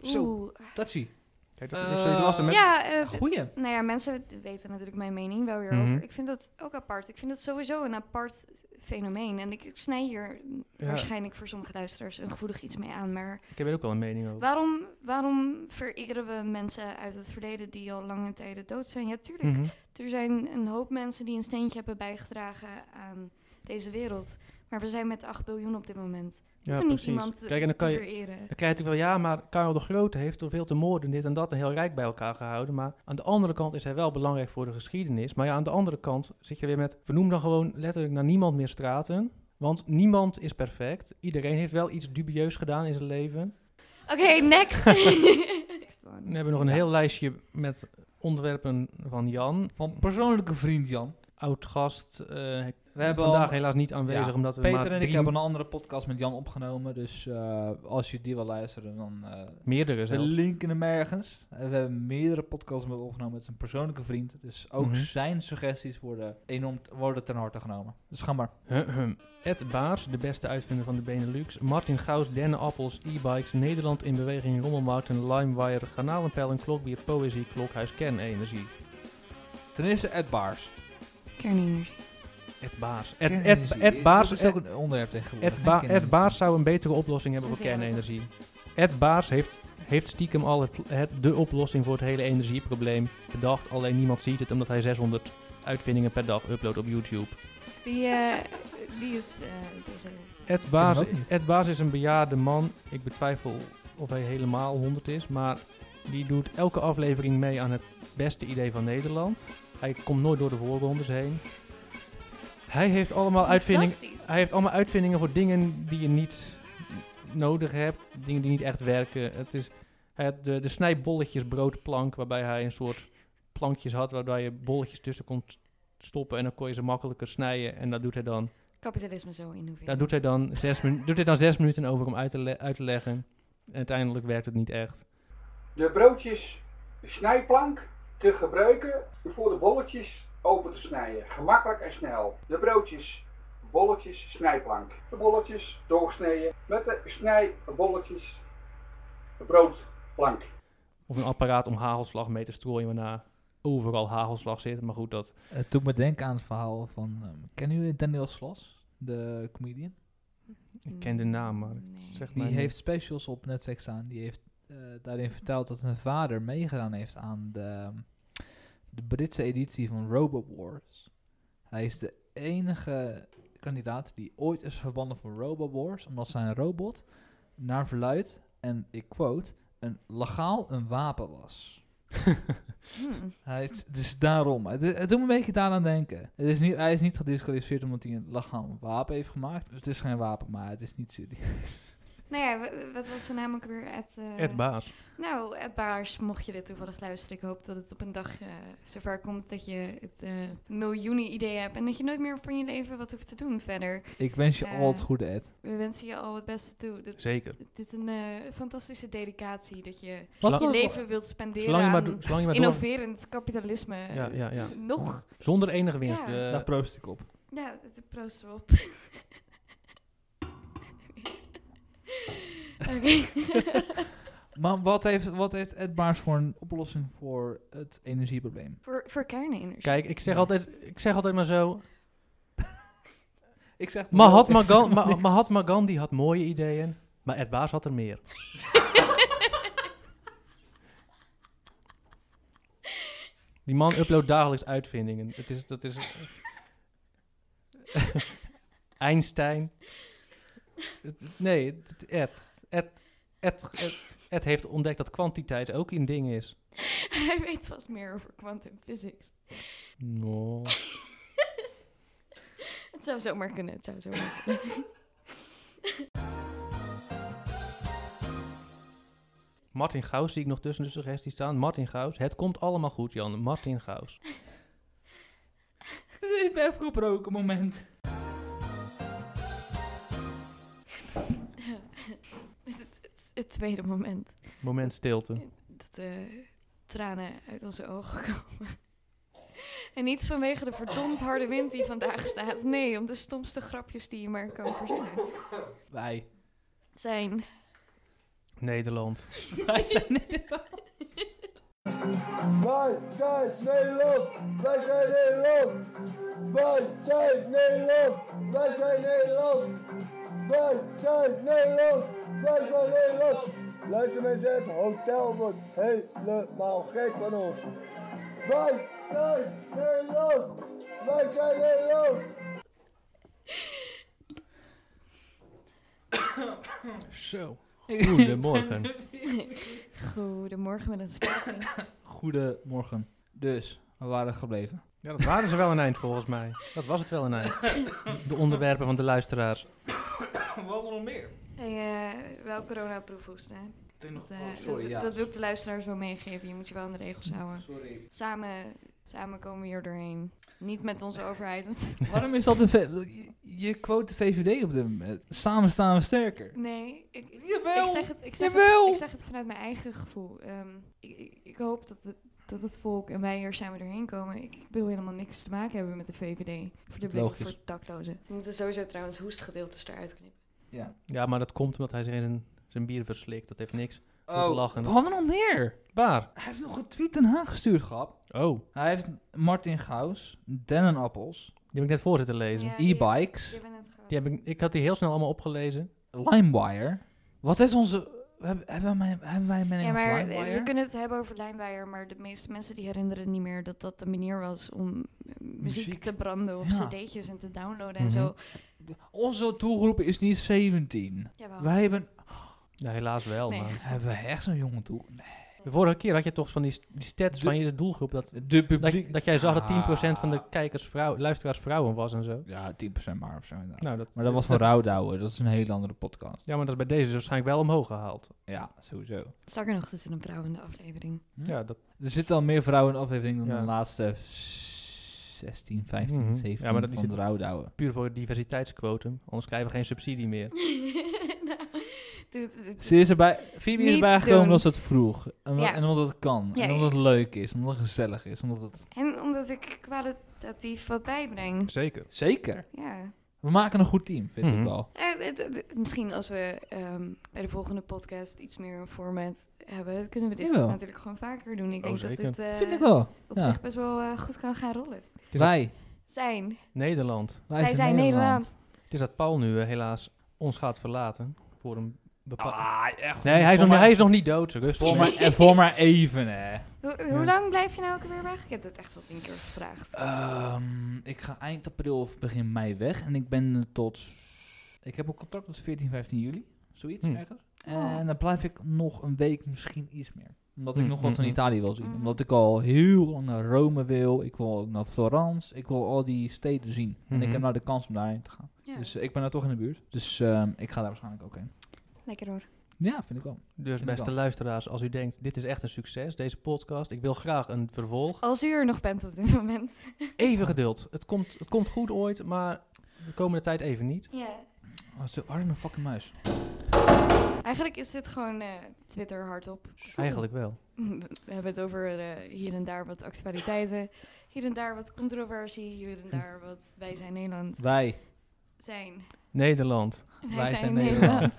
Zo.
Oeh,
Touchy.
Kijk, dat is zoiets lastig met...
Ja, eh,
Goeie.
Nou ja, mensen weten natuurlijk mijn mening wel weer
Mhm.
over. Ik vind dat ook apart. Ik vind dat sowieso een apart fenomeen. En ik, ik snij hier
Ja,
waarschijnlijk voor sommige luisteraars een gevoelig iets mee aan. Maar
Ik heb er ook wel een mening over.
waarom, waarom verijderen we mensen uit het verleden die al lange tijden dood zijn? Ja, tuurlijk.
Mhm.
Er zijn een hoop mensen die een steentje hebben bijgedragen aan deze wereld. Maar we zijn met 8 biljoen op dit moment. We
Ja,
hoeven niet
precies.
iemand eh, te,
Kijk, en dan kan
te
je,
vereren.
Dan krijg je natuurlijk wel, ja, maar Karel de Grote heeft door veel te moorden dit en dat een heel rijk bij elkaar gehouden. Maar aan de andere kant is hij wel belangrijk voor de geschiedenis. Maar ja, aan de andere kant zit je weer met, vernoem dan gewoon letterlijk naar niemand meer straten. Want niemand is perfect. Iedereen heeft wel iets dubieus gedaan in zijn leven.
Oké, next. Next one.
Dan hebben we nog een heel lijstje met onderwerpen van Jan.
Van persoonlijke vriend Jan.
Oud-gast. eh,
We hebben
vandaag
al-
helaas niet aanwezig,
Ja,
omdat we maar
Peter en ik
drie-
hebben een andere podcast met Jan opgenomen. Dus eh, als je die wil luisteren, dan... eh,
meerdere
we
zelfs.
linken hem ergens. En we hebben meerdere podcasts met hem opgenomen. Het is een persoonlijke vriend. Dus ook
Mhm.
zijn suggesties worden enorm t- worden ten harte genomen. Dus ga maar.
Huh, hum. Ed Baars, de beste uitvinder van de Benelux. Martin Gauws, Dennenappels, E-Bikes, Nederland in Beweging, Rommelmarkten, LimeWire, Garnalenpijlen, Klokbier, Poëzie, Klokhuis, Kernenergie.
Ten eerste Ed Baars.
Kernenergie.
Ed Baars. Ed, Ed, Ed
eh,
Baars,
Dat is ook
Ed,
een onderwerp tegenwoordig.
Ed,
hè,
Ba- Ed
kernenergie.
Baars zou een betere oplossing
Ze
hebben voor
zeggen dat
kernenergie. Ed Baars heeft, heeft stiekem al het, het, de oplossing voor het hele energieprobleem bedacht. Alleen niemand ziet het omdat hij 600 uitvindingen per dag uploadt op YouTube.
Wie, eh, wie is eh, deze?
Ed Baas,
ook niet.
Ed Baas is een bejaarde man. Ik betwijfel of hij helemaal 100 is. Maar die doet elke aflevering mee aan het beste idee van Nederland. Hij komt nooit door de voorrondes heen. Hij heeft allemaal uitvindingen.
Fantastisch.
Hij heeft allemaal uitvindingen voor dingen die je niet nodig hebt. Dingen die niet echt werken. Het is hij had de, de snijbolletjesbroodplank, waarbij hij een soort plankjes had waarbij je bolletjes tussen kon st- stoppen. En dan kon je ze makkelijker snijden. En dat doet hij dan.
Kapitalisme zo innoveren.
Daar doet hij dan zes, minu- doet hij dan zes minuten over om uit te, le- uit te leggen. En uiteindelijk werkt het niet echt.
De broodjes snijplank te gebruiken voor de bolletjes open te snijden. Gemakkelijk en snel. De broodjes bolletjes snijplank. De bolletjes doorsnijden met de snijbolletjes broodplank.
Of een apparaat om hagelslag mee te strooien waarna overal hagelslag zit. Maar goed, dat...
Eh, Het doet me denken aan het verhaal van... ehm, kennen jullie Daniel Slas? De comedian?
Ik ken de naam, maar
Mm. Nee.
zeg
Die
maar niet.
heeft specials op Netflix staan. Die heeft eh, daarin verteld dat zijn vader meegedaan heeft aan de, ehm, de Britse editie van RoboWars. Hij is de enige kandidaat die ooit is verbannen voor RoboWars, omdat zijn robot naar verluid, en ik quote, een legaal een wapen was.
Hmm.
Hij is, dus daarom. Het, het doet me een beetje daaraan denken. Het is niet, hij is niet gedisqualificeerd omdat hij een legaal wapen heeft gemaakt. Dus het is geen wapen, maar het is niet serieus.
Nou ja, wa- wat was zijn naam ook weer? Ed, eh,
Ed Baas.
Nou, Ed Baars, mocht je dit toevallig luisteren. Ik hoop dat het op een dag eh, zover komt dat je het eh, miljoenen ideeën hebt. En dat je nooit meer van je leven wat hoeft te doen verder.
Ik wens je
Eh,
al het goede, Ed.
We wensen je al het beste toe. Dit,
Zeker.
Het is een eh, fantastische dedicatie dat je
Wat
je
voor-
leven wilt spenderen
Zolang je maar, do-
aan
zolang je maar door...
innoverend kapitalisme.
Ja, ja, ja.
Nog?
Zonder enige winst.
Ja.
eh,
Daar proost ik op.
Nou, het- proost erop. Oké.
Maar wat heeft, wat heeft Ed Baars voor een oplossing voor het energieprobleem?
Voor, voor kernenergie.
Kijk, ik zeg,
Nee.
altijd, ik zeg altijd maar zo...
Ik zeg
Mahatma, Gan, Ma- Mahatma Gandhi had mooie ideeën, maar Ed Baas had er meer. Die man uploadt dagelijks uitvindingen. Het is, dat is... Einstein. Het- het- Nee, het- het- Ed. Ed, Ed, Ed. Ed heeft ontdekt dat kwantiteit ook een ding is.
Hij weet vast meer over quantum physics.
No.
Het zou zomaar kunnen, het zou zomaar kunnen.
Martin Gauws zie ik nog tussen de suggesties staan. Martin Gauws. Het komt allemaal goed, Jan. Martin Gauws.
Ik ben even gebroken, moment.
het, het- het tweede moment
Moment stilte.
dat de tranen uit onze ogen komen. En niet vanwege de verdomd harde wind die vandaag staat. Nee, om de stomste grapjes die je maar kan verzinnen.
Wij.
Zijn.
Nederland.
Wij zijn
Wij zijn Nederland, wij zijn Nederland. Wij zijn Nederland, wij zijn Nederland. Wij zijn Nederland, wij zijn Nederland. Luister mensen, het hotel wordt helemaal gek van ons. Wij zijn Nederland, wij zijn Nederland.
Zo. Goedemorgen.
Goedemorgen met een spatie.
Goedemorgen. Dus, we waren gebleven.
Ja, dat waren ze wel een eind volgens mij. Dat was het wel een eind. De onderwerpen van de luisteraars.
Wat nog meer?
hey, eh, wel coronaproof hoesten. hè? Dat, eh, dat, dat wil ik de luisteraars wel meegeven. Je moet je wel aan de regels houden.
Sorry.
Samen, samen komen we hier doorheen. Niet met onze overheid. want-
Waarom is dat de... V- je quote de VVD op dit moment. Samen staan we sterker.
Nee, ik, ik,
Jawel,
ik zeg het, ik zeg
jawel.
Het, ik zeg het vanuit mijn eigen gevoel. Ehm, ik, ik- ik hoop dat het, dat het volk en wij hier samen doorheen komen. Ik, ik wil helemaal niks te maken hebben met de VVD. Voor de blik
Logisch.
voor daklozen. We moeten sowieso trouwens hoestgedeeltes eruit knippen.
Ja.
Ja, maar dat komt omdat hij zich in zijn, zijn bier verslikt. Dat heeft niks. Moet lachen.
we hadden nog meer.
Waar?
Hij heeft nog een tweet Den Haag gestuurd gehad.
Oh,
Hij heeft Martin Gauws, Dennenappels,
die heb ik net voor zitten lezen.
e-bikes,
Je bent het gewoon.
Die heb ik, ik had die heel snel allemaal opgelezen.
LimeWire. Wat is onze... we Hebben hebben wij, hebben wij een mening
Ja, maar
over LimeWire?
eh, we kunnen het hebben over lijnwaaier, maar de meeste mensen die herinneren niet meer dat dat de manier was om eh, muziek,
Muziek.
te branden op
Ja.
cd'tjes en te downloaden
Mhm.
en zo.
Onze doelgroep is niet 17.
Jawel.
Wij hebben...
Ja, helaas wel.
Nee.
Maar.
Hebben we echt zo'n jonge doel? Nee.
De vorige keer had je toch van die, st- die stats
De-
van je doelgroep. Dat,
De
dat,
publiek...
dat jij zag dat 10% van de
Ah.
kijkers vrouw, luisteraars vrouwen was en zo.
Ja, 10% maar of zo inderdaad.
Nou, dat,
Maar dat was van Rouwdouwen. Dat is een hele andere podcast.
Ja, maar dat is bij deze dus waarschijnlijk wel omhoog gehaald.
Ja, sowieso.
Stak er nog tussen een vrouwende aflevering.
Hm?
Ja, dat,
Er zitten al meer vrouwen in de aflevering dan
Ja.
de laatste 16, 15,
Mhm.
17
Ja, maar dat is
van de
het-
rouwdouwen.
puur voor het diversiteitsquotum. Anders krijgen we geen subsidie meer.
nou, dude, het-
Ze is erbij, Phoebe is
Niet
erbij gekomen
doen.
omdat ze het vroeg. En,
Ja.
en omdat het kan.
Ja,
en omdat het leuk is. Omdat het gezellig is. Omdat het...
En omdat ik kwalitatief wat bijbreng.
Zeker.
Zeker.
Ja.
We maken een goed team, vind
Mhm.
ik wel.
Eh, d- d- d- misschien als we ehm, bij de volgende podcast iets meer een format hebben, kunnen we dit
Jawel.
natuurlijk gewoon vaker doen. Ik
Oh,
denk
zeker.
dat dit eh,
vind ik wel.
op
ja.
zich best wel eh, goed kan gaan rollen.
is
Wij.
Zijn.
Nederland.
Wij zijn Nederland.
Het is dat Paul nu eh, helaas ons gaat verlaten. Voor een bepaalde...
Ah, echt.
nee, hij is,
voor
nog,
maar-
hij is nog niet dood. Rustig.
Voor maar, en voor maar even, hè.
Hoe, hoe
Ja.
lang blijf je nou ook weer weg? Ik heb dat echt al tien keer gevraagd.
Ehm, ik ga eind april of begin mei weg. En ik ben eh, tot... Ik heb een contract tot 14, 15 juli. Zoiets
Hm.
ergens.
Oh.
En dan blijf ik nog een week, misschien iets meer. Omdat ik
Hm,
nog wat
hm,
van
hm.
Italië wil zien.
Mhm.
Omdat ik al heel lang naar Rome wil. Ik wil ook naar Florence. Ik wil al die steden zien. En
Mhm.
ik heb nou de kans om daarheen te gaan.
Ja.
Dus eh, ik ben daar toch in de buurt. Dus ehm, ik ga daar waarschijnlijk ook heen.
Lekker hoor.
Ja, vind ik wel.
Dus
Vind ik
beste
wel.
luisteraars, als u denkt, dit is echt een succes, deze podcast. Ik wil graag een vervolg.
Als u er nog bent op dit moment.
Even geduld. Het komt, het komt goed ooit, maar de komende tijd even niet.
Ja.
Oh, het is de arme fucking muis.
Eigenlijk is dit gewoon eh, Twitter hardop.
Eigenlijk wel.
We hebben het over eh, hier en daar wat actualiteiten. Hier en daar wat controversie. Hier en daar wat wij zijn Nederland
Wij.
zijn.
Nederland.
Wij,
Wij
zijn,
zijn
Nederland.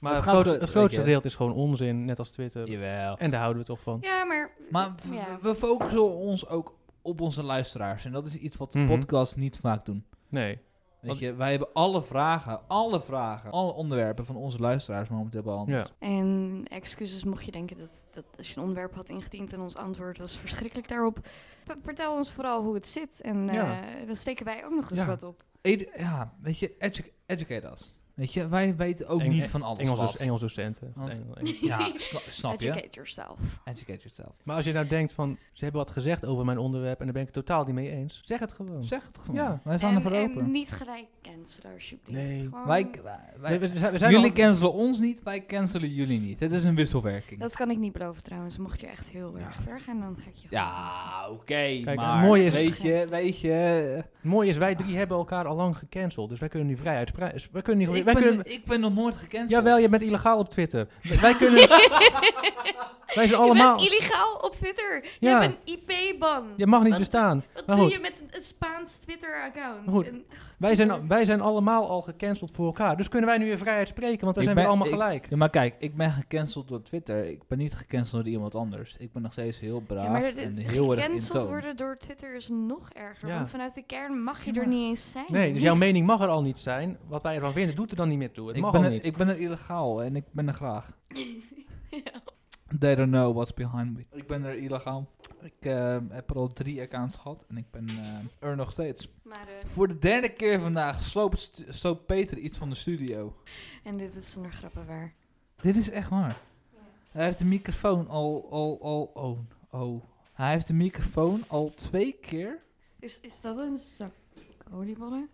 Maar het,
Het gaat
grootste,
goed,
het grootste
weet je.
deel is gewoon onzin, net als Twitter.
Jawel.
En daar houden we toch van.
ja, maar.
Maar v-
Ja.
we focussen ons ook op onze luisteraars. En dat is iets wat de
Mhm.
podcasts niet vaak doen.
Nee.
Weet
Want-
je, wij hebben alle vragen, alle vragen, alle onderwerpen van onze luisteraars momenteel behandeld.
Ja.
En excuses mocht je denken dat, dat als je een onderwerp had ingediend en ons antwoord was verschrikkelijk daarop. v- vertel ons vooral hoe het zit. En eh,
Ja.
dan steken wij ook nog eens
Ja.
wat op.
Edu- ja, weet je, edu- educate us. Weet je, wij weten ook
Eng-
niet
eh,
van alles
Engels,
wat.
dus, Engels docenten.
Want-
Engel- Engel-
Ja, sna- snap je?
Educate yourself.
Educate yourself.
Maar als je nou denkt van, ze hebben wat gezegd over mijn onderwerp en daar ben ik het totaal niet mee eens. Zeg het gewoon.
Zeg het gewoon.
Ja.
Wij staan
En,
er voor
en
open.
niet gelijk cancelen, alsjeblieft.
Nee.
Gewoon-
Wij, wij, wij-
We- we- we zijn- we zijn
jullie
al-
cancelen ons niet, wij cancelen jullie niet. Het is een wisselwerking.
Dat kan ik niet beloven trouwens. Mocht je echt heel
Ja.
erg ver gaan, dan ga ik je gewoon cancelen.
Ja, oké,
Kijk,
maar
het mooie is-
weet je, weet je...
Mooi is, wij drie hebben elkaar al lang gecanceld. Dus wij kunnen nu vrij uitspreken. Wij kunnen, nu,
Ik
wij
ben,
wij kunnen-
ik ben nog nooit gekend.
Jawel, je bent illegaal op Twitter. wij kunnen... wij zijn allemaal...
Je bent illegaal op Twitter.
Ja.
Jij bent IP-ban.
Je mag niet
Wat-
bestaan.
Wat
Maar
doe
goed.
je met een, een Spaans Twitter-account?
Maar goed.
En-
Wij zijn, wij zijn allemaal al gecanceld voor elkaar. Dus kunnen wij nu in vrijheid spreken, want wij
Ik
zijn weer
ben-
allemaal
ik-
gelijk.
Ja, maar kijk, ik ben gecanceld door Twitter. Ik ben niet gecanceld door iemand anders. Ik ben nog steeds heel braaf
Ja, maar
en
de-
heel erg in
gecanceld
toon.
worden door Twitter is nog erger.
Ja.
Want vanuit de kern mag je
Ja,
er
maar-
niet eens zijn.
Nee, dus jouw mening mag er al niet zijn. Wat wij ervan vinden, doet er dan niet meer toe. Het
Ik
mag
ben,
al
er,
niet.
ik ben er illegaal en ik ben er graag. They don't know what's behind me. Ik ben er illegaal. Ik eh, heb er al drie accounts gehad en ik ben eh, er nog steeds.
Maar, eh,
Voor de derde keer vandaag sloopt, stu- sloopt Peter iets van de studio.
en dit is zonder grappen waar.
Dit is echt waar. Hij heeft de microfoon al, al, al, oh, oh. Hij heeft de microfoon al twee keer
Is, is dat een zak oliebollen?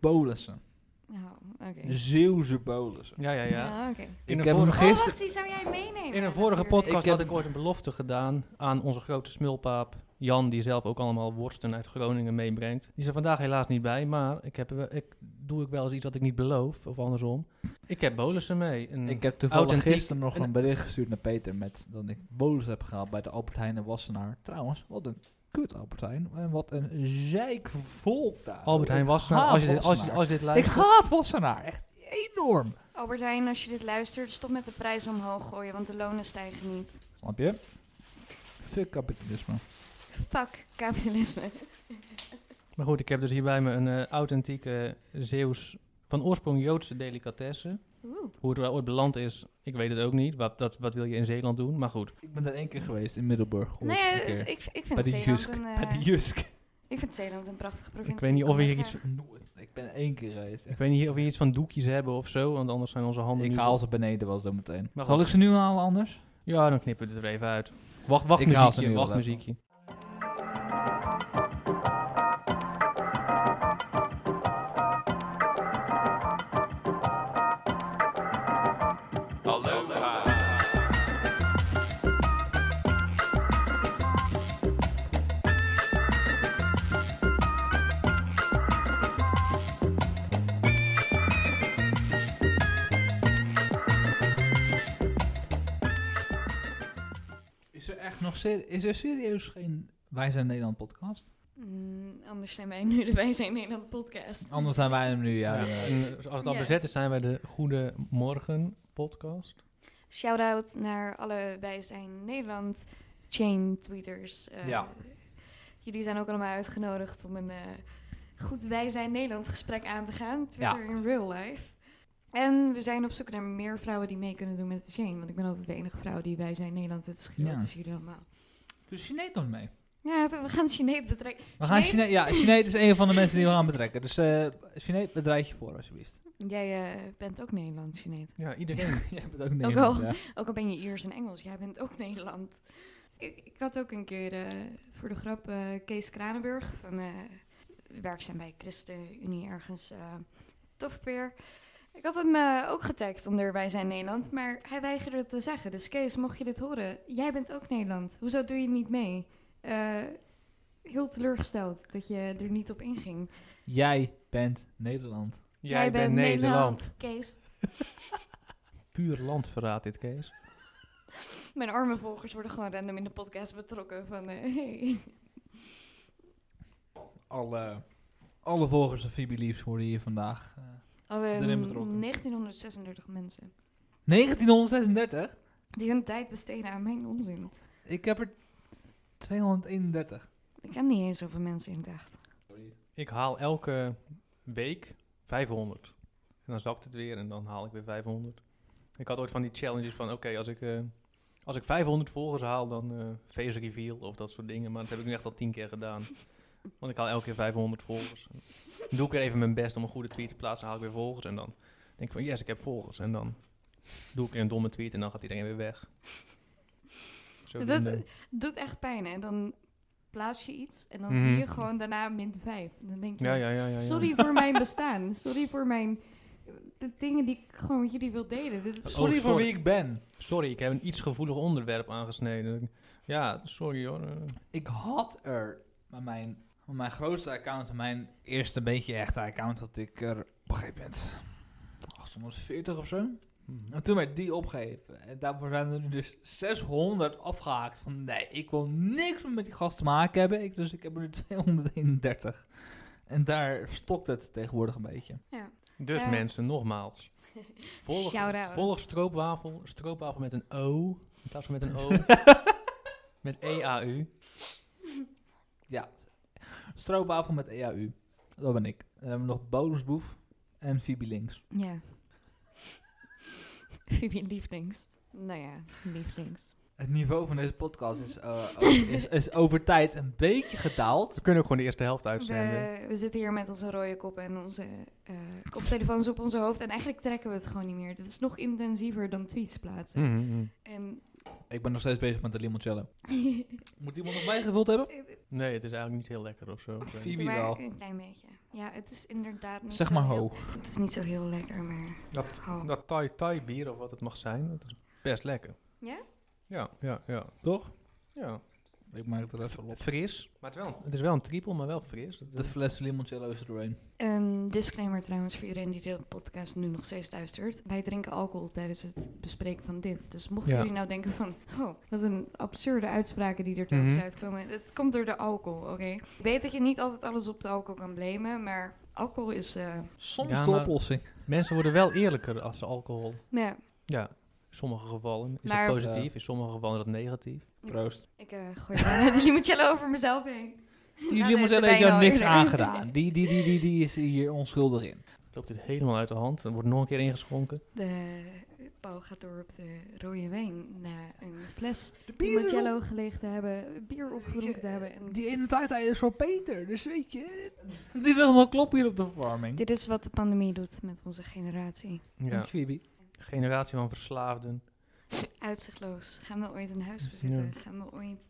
bolussen.
Nou, oké.
Zeeuwse bolussen.
Dus, Ja, ja, ja.
Ja, oké.
In
Ik
een
heb hem
vorige-
Oh,
gisteren...
wacht, die zou jij meenemen.
In een vorige
natuurlijk.
podcast
Ik heb-
had ik ooit een belofte gedaan aan onze grote smulpaap Jan, die zelf ook allemaal worsten uit Groningen meebrengt. Die is er vandaag helaas niet bij, maar ik, heb, wel- ik doe ik wel eens iets wat ik niet beloof, of andersom. Ik heb bolussen mee. Een-
Ik heb toevallig
Oh, Authentiek.
gisteren nog een bericht gestuurd naar Peter met dat ik bolus heb gehaald bij de Albert Heijn en Wassenaar. Trouwens, wat een kut Albert Heijn en wat een zeikvolk daar.
Albert Heijn
Ik
Wassenaar,
haat
als je, dit- als, je,
Wassenaar.
als je dit
Ah, Ik
luistert...
haat Wassenaar, echt enorm.
Albert Heijn, als je dit luistert, stop met de prijs omhoog gooien, want de lonen stijgen niet.
Snap je? Fuck kapitalisme.
Fuck kapitalisme.
Maar goed, ik heb dus hier bij me een eh, authentieke Zeeuws, van oorsprong Joodse delicatesse.
Oeh.
Hoe het er ooit beland is, ik weet het ook niet. Wat, dat, wat wil je in Zeeland doen? Maar goed.
Ik ben er één keer geweest in Middelburg.
Nee,
ooit een
eh,
keer.
ik, ik
Bij
vind
de
Zeeland
Jusk.
een... eh,
Bij de Jusk.
ik vind Zeeland een prachtige provincie.
weet niet
kan
of hier
wel
iets-
graag.
Nooit. Ik ben één keer geweest.
Ik weet niet of we hier iets van doekjes hebben of zo, want anders zijn onze handen
Ik
nu
haal ze beneden wel zo meteen.
Maar
Zal
goed.
ik ze nu halen anders?
Ja, dan knippen we het er even uit. Wacht, wacht,
Ik haal ze nu
muziekje,
wel
wacht,
even.
muziekje.
Is er echt nog serie- Is er serieus geen Wij zijn Nederland podcast?
Mm, anders zijn wij nu de Wij zijn Nederland podcast.
Anders zijn wij hem nu, ja. eh,
Mm. Ja,
inderdaad.
en als het al
Ja.
bezet is, zijn wij de Goede Morgen podcast.
Shout-out naar alle Wij zijn Nederland chain tweeters. Eh,
Ja.
Jullie zijn ook allemaal uitgenodigd om een eh, goed Wij zijn Nederland gesprek aan te gaan. Twitter in real life. En we zijn op zoek naar meer vrouwen die mee kunnen doen met de chain. Want ik ben altijd de enige vrouw die Wij zijn Nederland het schiet.
Ja.
Dat is jullie allemaal.
Dus Sinead doet mee.
Ja, we gaan Sinead betrekken.
We gaan
Sinead?
Sinead, ja, Sinead is een van de mensen die we gaan betrekken. Dus eh Sinead, bedrijf je voor alsjeblieft.
Jij eh, bent ook Nederland, Sinead.
Ja, iedereen.
Jij bent ook Nederland,
al.
ja.
Ook al ben je Iers en Engels, jij bent ook Nederland. Ik, ik had ook een keer eh, voor de grap eh, Kees Kranenburg van eh, werkzaam bij ChristenUnie ergens. eh tof peer. Ik had hem eh, ook getagd onder Wij zijn Nederland, maar hij weigerde het te zeggen. Dus Kees, mocht je dit horen, jij bent ook Nederland. Hoezo doe je niet mee? Eh, heel teleurgesteld dat je er niet op inging.
Jij bent Nederland.
Jij, bent Nederland.
Kees.
Puur landverraad dit, Kees.
Mijn arme volgers worden gewoon random in de podcast betrokken van... eh, hey.
Alle, alle volgers van Phoebe Leaves worden hier vandaag. eh,
Alle
Erin betrokken.
1936 mensen.
1936?
Die hun tijd besteden aan mijn onzin.
Ik heb er 231.
Ik ken niet eens zoveel mensen in dacht.
Ik haal elke week 500. En dan zakt het weer en dan haal ik weer 500. Ik had ooit van die challenges van, oké, als ik... eh, als ik 500 volgers haal, dan eh face reveal of dat soort dingen. Maar dat heb ik nu echt al tien keer gedaan. Want ik haal elke keer 500 volgers. Dan doe ik er even mijn best om een goede tweet te plaatsen. Haal ik weer volgers. En dan denk ik van, yes, ik heb volgers. En dan doe ik weer een domme tweet en dan gaat iedereen weer weg. Zodoende.
Dat eh, doet echt pijn, hè? Dan plaats je iets en dan
Mhm.
zie je gewoon daarna min 5. Dan denk je,
Ja, ja, ja, ja, ja.
sorry voor mijn bestaan. Sorry voor mijn... De dingen die ik gewoon met jullie wil delen. Dit-
Oh,
sorry voor
sorry.
wie ik ben.
Sorry, ik heb een iets gevoelig onderwerp aangesneden. Ja, sorry hoor. eh.
Ik had er maar mijn, mijn grootste account, mijn eerste beetje echte account, had ik er op een gegeven moment 640 of zo.
Hm.
En toen werd die opgegeven. En daarvoor zijn er nu dus 600 afgehaakt. Van nee, ik wil niks meer met die gast te maken hebben. Ik, dus ik heb er nu 231. En daar stokt het tegenwoordig een beetje.
Dus
Eh.
mensen, nogmaals. Volg,
Shout-out.
volg stroopwafel. Stroopwafel met een O. In plaats van met een O. met E E-A-U.
Stroopwafel met EAU. Dat ben ik. En dan hebben we nog Bodemsboef en Phoebe Links.
Ja. Phoebe Lieflings. Nou ja, Lieflings.
Het niveau van deze podcast is, eh, o- is, is over tijd een beetje gedaald.
We kunnen ook gewoon de eerste helft uitzenden.
We, we zitten hier met onze rode kop en onze eh, koptelefoons op onze hoofd. En eigenlijk trekken we het gewoon niet meer. Dit is nog intensiever dan tweets plaatsen.
Mhm, mhm.
Hm.
En
Ik ben nog steeds bezig met de limoncello. Moet iemand nog bijgevuld hebben?
Nee, het is eigenlijk niet heel lekker of zo. Ik weet niet.
Phoebe
maar
wel.
een klein beetje. Ja, het is inderdaad niet
Zeg
zo
maar
heel-
ho.
Het is niet zo heel lekker, maar...
Dat,
Oh.
dat thai, thai bier of wat het mag zijn, dat is best lekker.
Ja?
Ja, ja, ja.
Toch?
ja.
Ik maak het er even op.
Fris. Maar het, wel, het is wel een triple, maar wel fris. Dat-
De fles limoncello is er doorheen.
Een Ehm, disclaimer trouwens voor iedereen die de podcast nu nog steeds luistert. Wij drinken alcohol tijdens het bespreken van dit. Dus mochten
Ja.
jullie nou denken van... Oh, wat een absurde uitspraken die er telkens
Mhm.
uitkomen. Het komt door de alcohol, oké? Ik weet dat je niet altijd alles op de alcohol kan blamen, maar... Alcohol is... eh,
Soms
Ja,
de
maar-
oplossing.
Mensen worden wel eerlijker als ze alcohol.
ja,
Ja, in sommige gevallen is
Maar-
dat positief, in sommige gevallen is dat negatief.
Proost.
ik eh, gooi bijna de limoncello over mezelf heen.
Die
Nou,
limoncello
dat
heeft
heeft bijna
jou niks
eerder.
aangedaan. Die, die, die, die, die is hier onschuldig in.
Het loopt dit helemaal uit de hand. Er wordt nog een keer ingeschonken.
De Paul gaat door op de rode wijn na een fles limoncello gelegen te hebben, bier opgedronken te hebben. En
Die ene tijd is voor Peter, dus weet je. Die wil allemaal kloppen hier op de farming.
dit is wat de pandemie doet met onze generatie.
Ja.
Dank je, Bibi.
Generatie van verslaafden.
Uitzichtloos. Gaan we ooit een huis bezitten?
Ja.
Gaan we ooit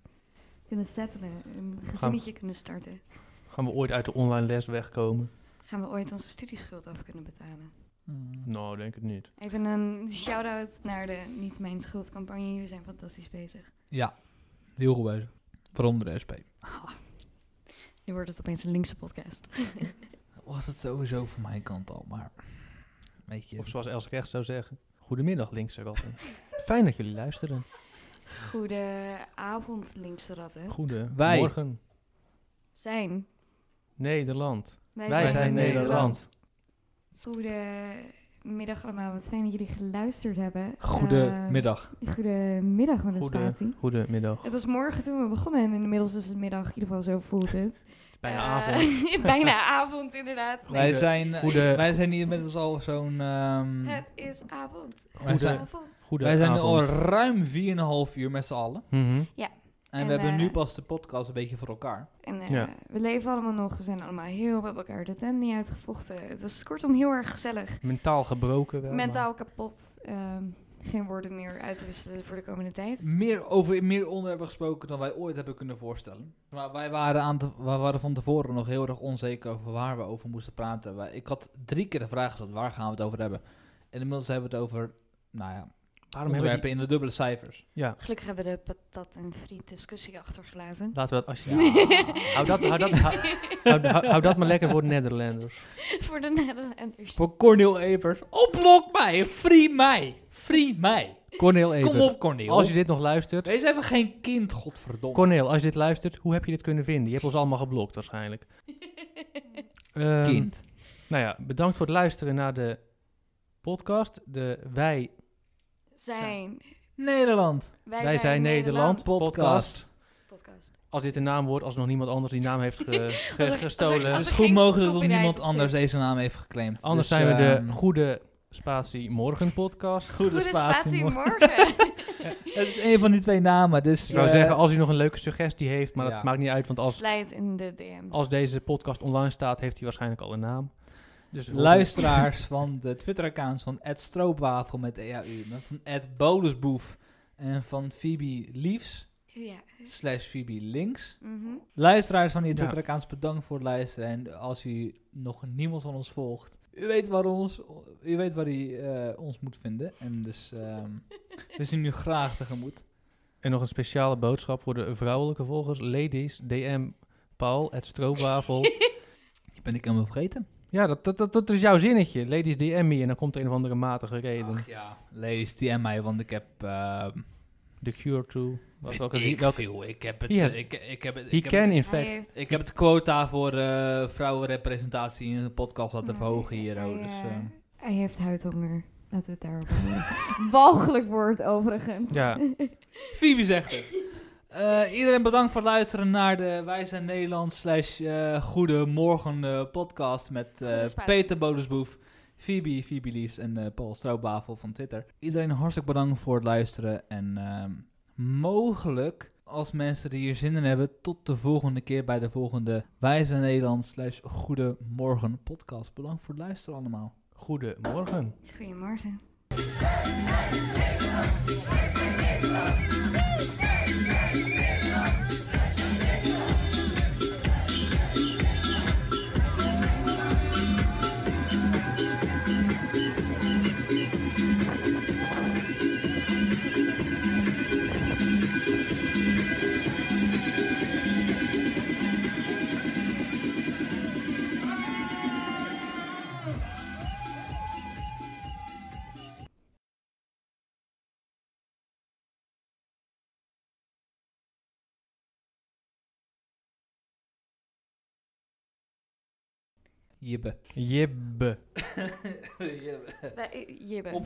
kunnen settelen? Een gezinnetje kunnen starten?
Gaan we ooit uit de online les wegkomen?
Gaan we ooit onze studieschuld af kunnen betalen?
Mm.
Nou, denk het niet.
Even een shout-out naar de Niet Mijn Schuld campagne. Jullie zijn fantastisch bezig.
Ja, heel goed bezig. Waaronder de SP.
Ah. Nu wordt het opeens een linkse podcast.
Was het sowieso van mijn kant al, maar... Weet je...
Of zoals Els Recht zou zeggen, goedemiddag linkse ratten. Fijn dat jullie luisteren.
Goedenavond, linkse ratten.
Goedemorgen.
Wij.
Morgen,
Zijn
Nederland.
Wij,
Wij, zijn Nederland.
Goedemiddag allemaal, wat fijn dat jullie geluisterd hebben.
Goedemiddag.
Eh, goedemiddag met een
Goede-
spatie.
Goedemiddag.
Het was morgen toen we begonnen en inmiddels is het middag. In ieder geval zo voelt het.
Bijna
Eh,
avond.
bijna avond, inderdaad.
wij, zijn, eh,
goede-
wij zijn hier inmiddels al zo'n... ehm,
Het is avond.
wij zijn,
avond.
wij zijn nu al
Goedenavond.
ruim 4,5 uur met z'n allen.
Mhm.
En,
En,
we hebben
eh,
nu pas de podcast een beetje voor elkaar.
En eh,
Ja.
we leven allemaal nog. We zijn allemaal heel bij elkaar de tent niet uitgevochten. Het was kortom heel erg gezellig.
Mentaal gebroken wel. maar-
Mentaal kapot. Ehm, geen woorden meer uit te wisselen voor de komende tijd.
Meer over meer onderwerpen gesproken dan wij ooit hebben kunnen voorstellen. Maar wij waren, aan te- wij waren van tevoren nog heel erg onzeker over waar we over moesten praten. Wij- Ik had drie keer de vraag gesteld, waar gaan we het over hebben? En inmiddels hebben we het over, nou ja,
Waarom hebben
onderwerpen
we die-
in de dubbele cijfers.
Ja,
Gelukkig hebben we de patat en friet discussie achtergelaten.
laten we dat alsjeblieft.
Ja.
Hou dat, hou, dat, hou, hou- hou- hou dat maar lekker voor de Nederlanders.
Voor de Nederlanders.
Voor Cornel Evers, oplok mij, free mij, free mij.
Corneel Evers.
Kom op Cornel.
Als je dit nog luistert.
Wees even geen kind, godverdomme.
Corneel, als je dit luistert, hoe heb je dit kunnen vinden? Je hebt ons allemaal geblokt waarschijnlijk. Ehm,
kind.
Nou ja, bedankt voor het luisteren naar de podcast. De Wij,
Zijn.
Ehm, Nederland.
Wij,
wij, zijn Nederland, podcast.
Podcast.
Als dit een naam wordt, als nog niemand anders die naam heeft ge- ge-
Als er-
gestolen.
als
Het
er-
is
geen
goed mogelijk dat
copyright
niemand
op
anders
zit.
deze naam heeft geclaimd.
anders
Dus,
zijn we
ehm,
de Goede Spatie Morgen podcast.
Goede spatie
morgen.
morgen.
Het is een van die twee namen, dus...
Ik zou
eh,
zeggen, als u nog een leuke suggestie heeft, maar
Ja.
dat maakt niet uit, want als,
Slijt in de DM's.
als deze podcast online staat, heeft hij waarschijnlijk al een naam. Dus
Luisteraars van de Twitter-accounts van Ed Stroopwafel met EAU, maar van Ed Bolusboef en van Phoebe Liefs
Ja.
slash Phoebe Links.
Mhm.
Luisteraars van die
Ja.
Twitter-accounts, bedankt voor het luisteren. En als u nog niemand van ons volgt, u weet waar, ons, u weet waar u eh, ons moet vinden. En dus ehm, we zien u graag tegemoet.
En nog een speciale boodschap voor de vrouwelijke volgers. Ladies, DM Paul, het stroopwafel.
Die ben ik helemaal vergeten.
Ja, dat, dat, dat, dat is jouw zinnetje. Ladies DM me en dan komt een of andere matige reden.
Ach ja, lees die en mij, want ik heb... eh,
The Cure to. Wat,
weet
welke,
ik,
zie- welke,
veel. ik heb het...
Hier.
eh, Ik, ik heb het...
he
Ik heb
can
het,
in
Hij
fact.
heeft-
ik heb het quota voor eh, vrouwenrepresentatie in de podcast laten
Nee,
verhogen hier.
Nou, hij,
oh, dus,
eh,
eh,
Hij heeft huidhonger. Laten we het daarop houden. Walgelijk woord overigens.
Ja.
Phoebe zegt het. Eh, iedereen bedankt voor het luisteren naar de Wij zijn Nederland slash eh, Goedemorgen eh, podcast met eh,
Goede spatie.
Peter Bodensboef, Phoebe, Phoebe Liefs en eh, Paul Stroopwafel van Twitter. Iedereen hartstikke bedankt voor het luisteren en ehm, mogelijk, als mensen er hier zin in hebben, tot de volgende keer bij de volgende Wij zijn Nederland slash Goedemorgen podcast. Bedankt voor het luisteren allemaal.
Goedemorgen.
Goedemorgen.
Jibbe.
Jibbe.
Jibbe.
Wij- Jibbe.
Op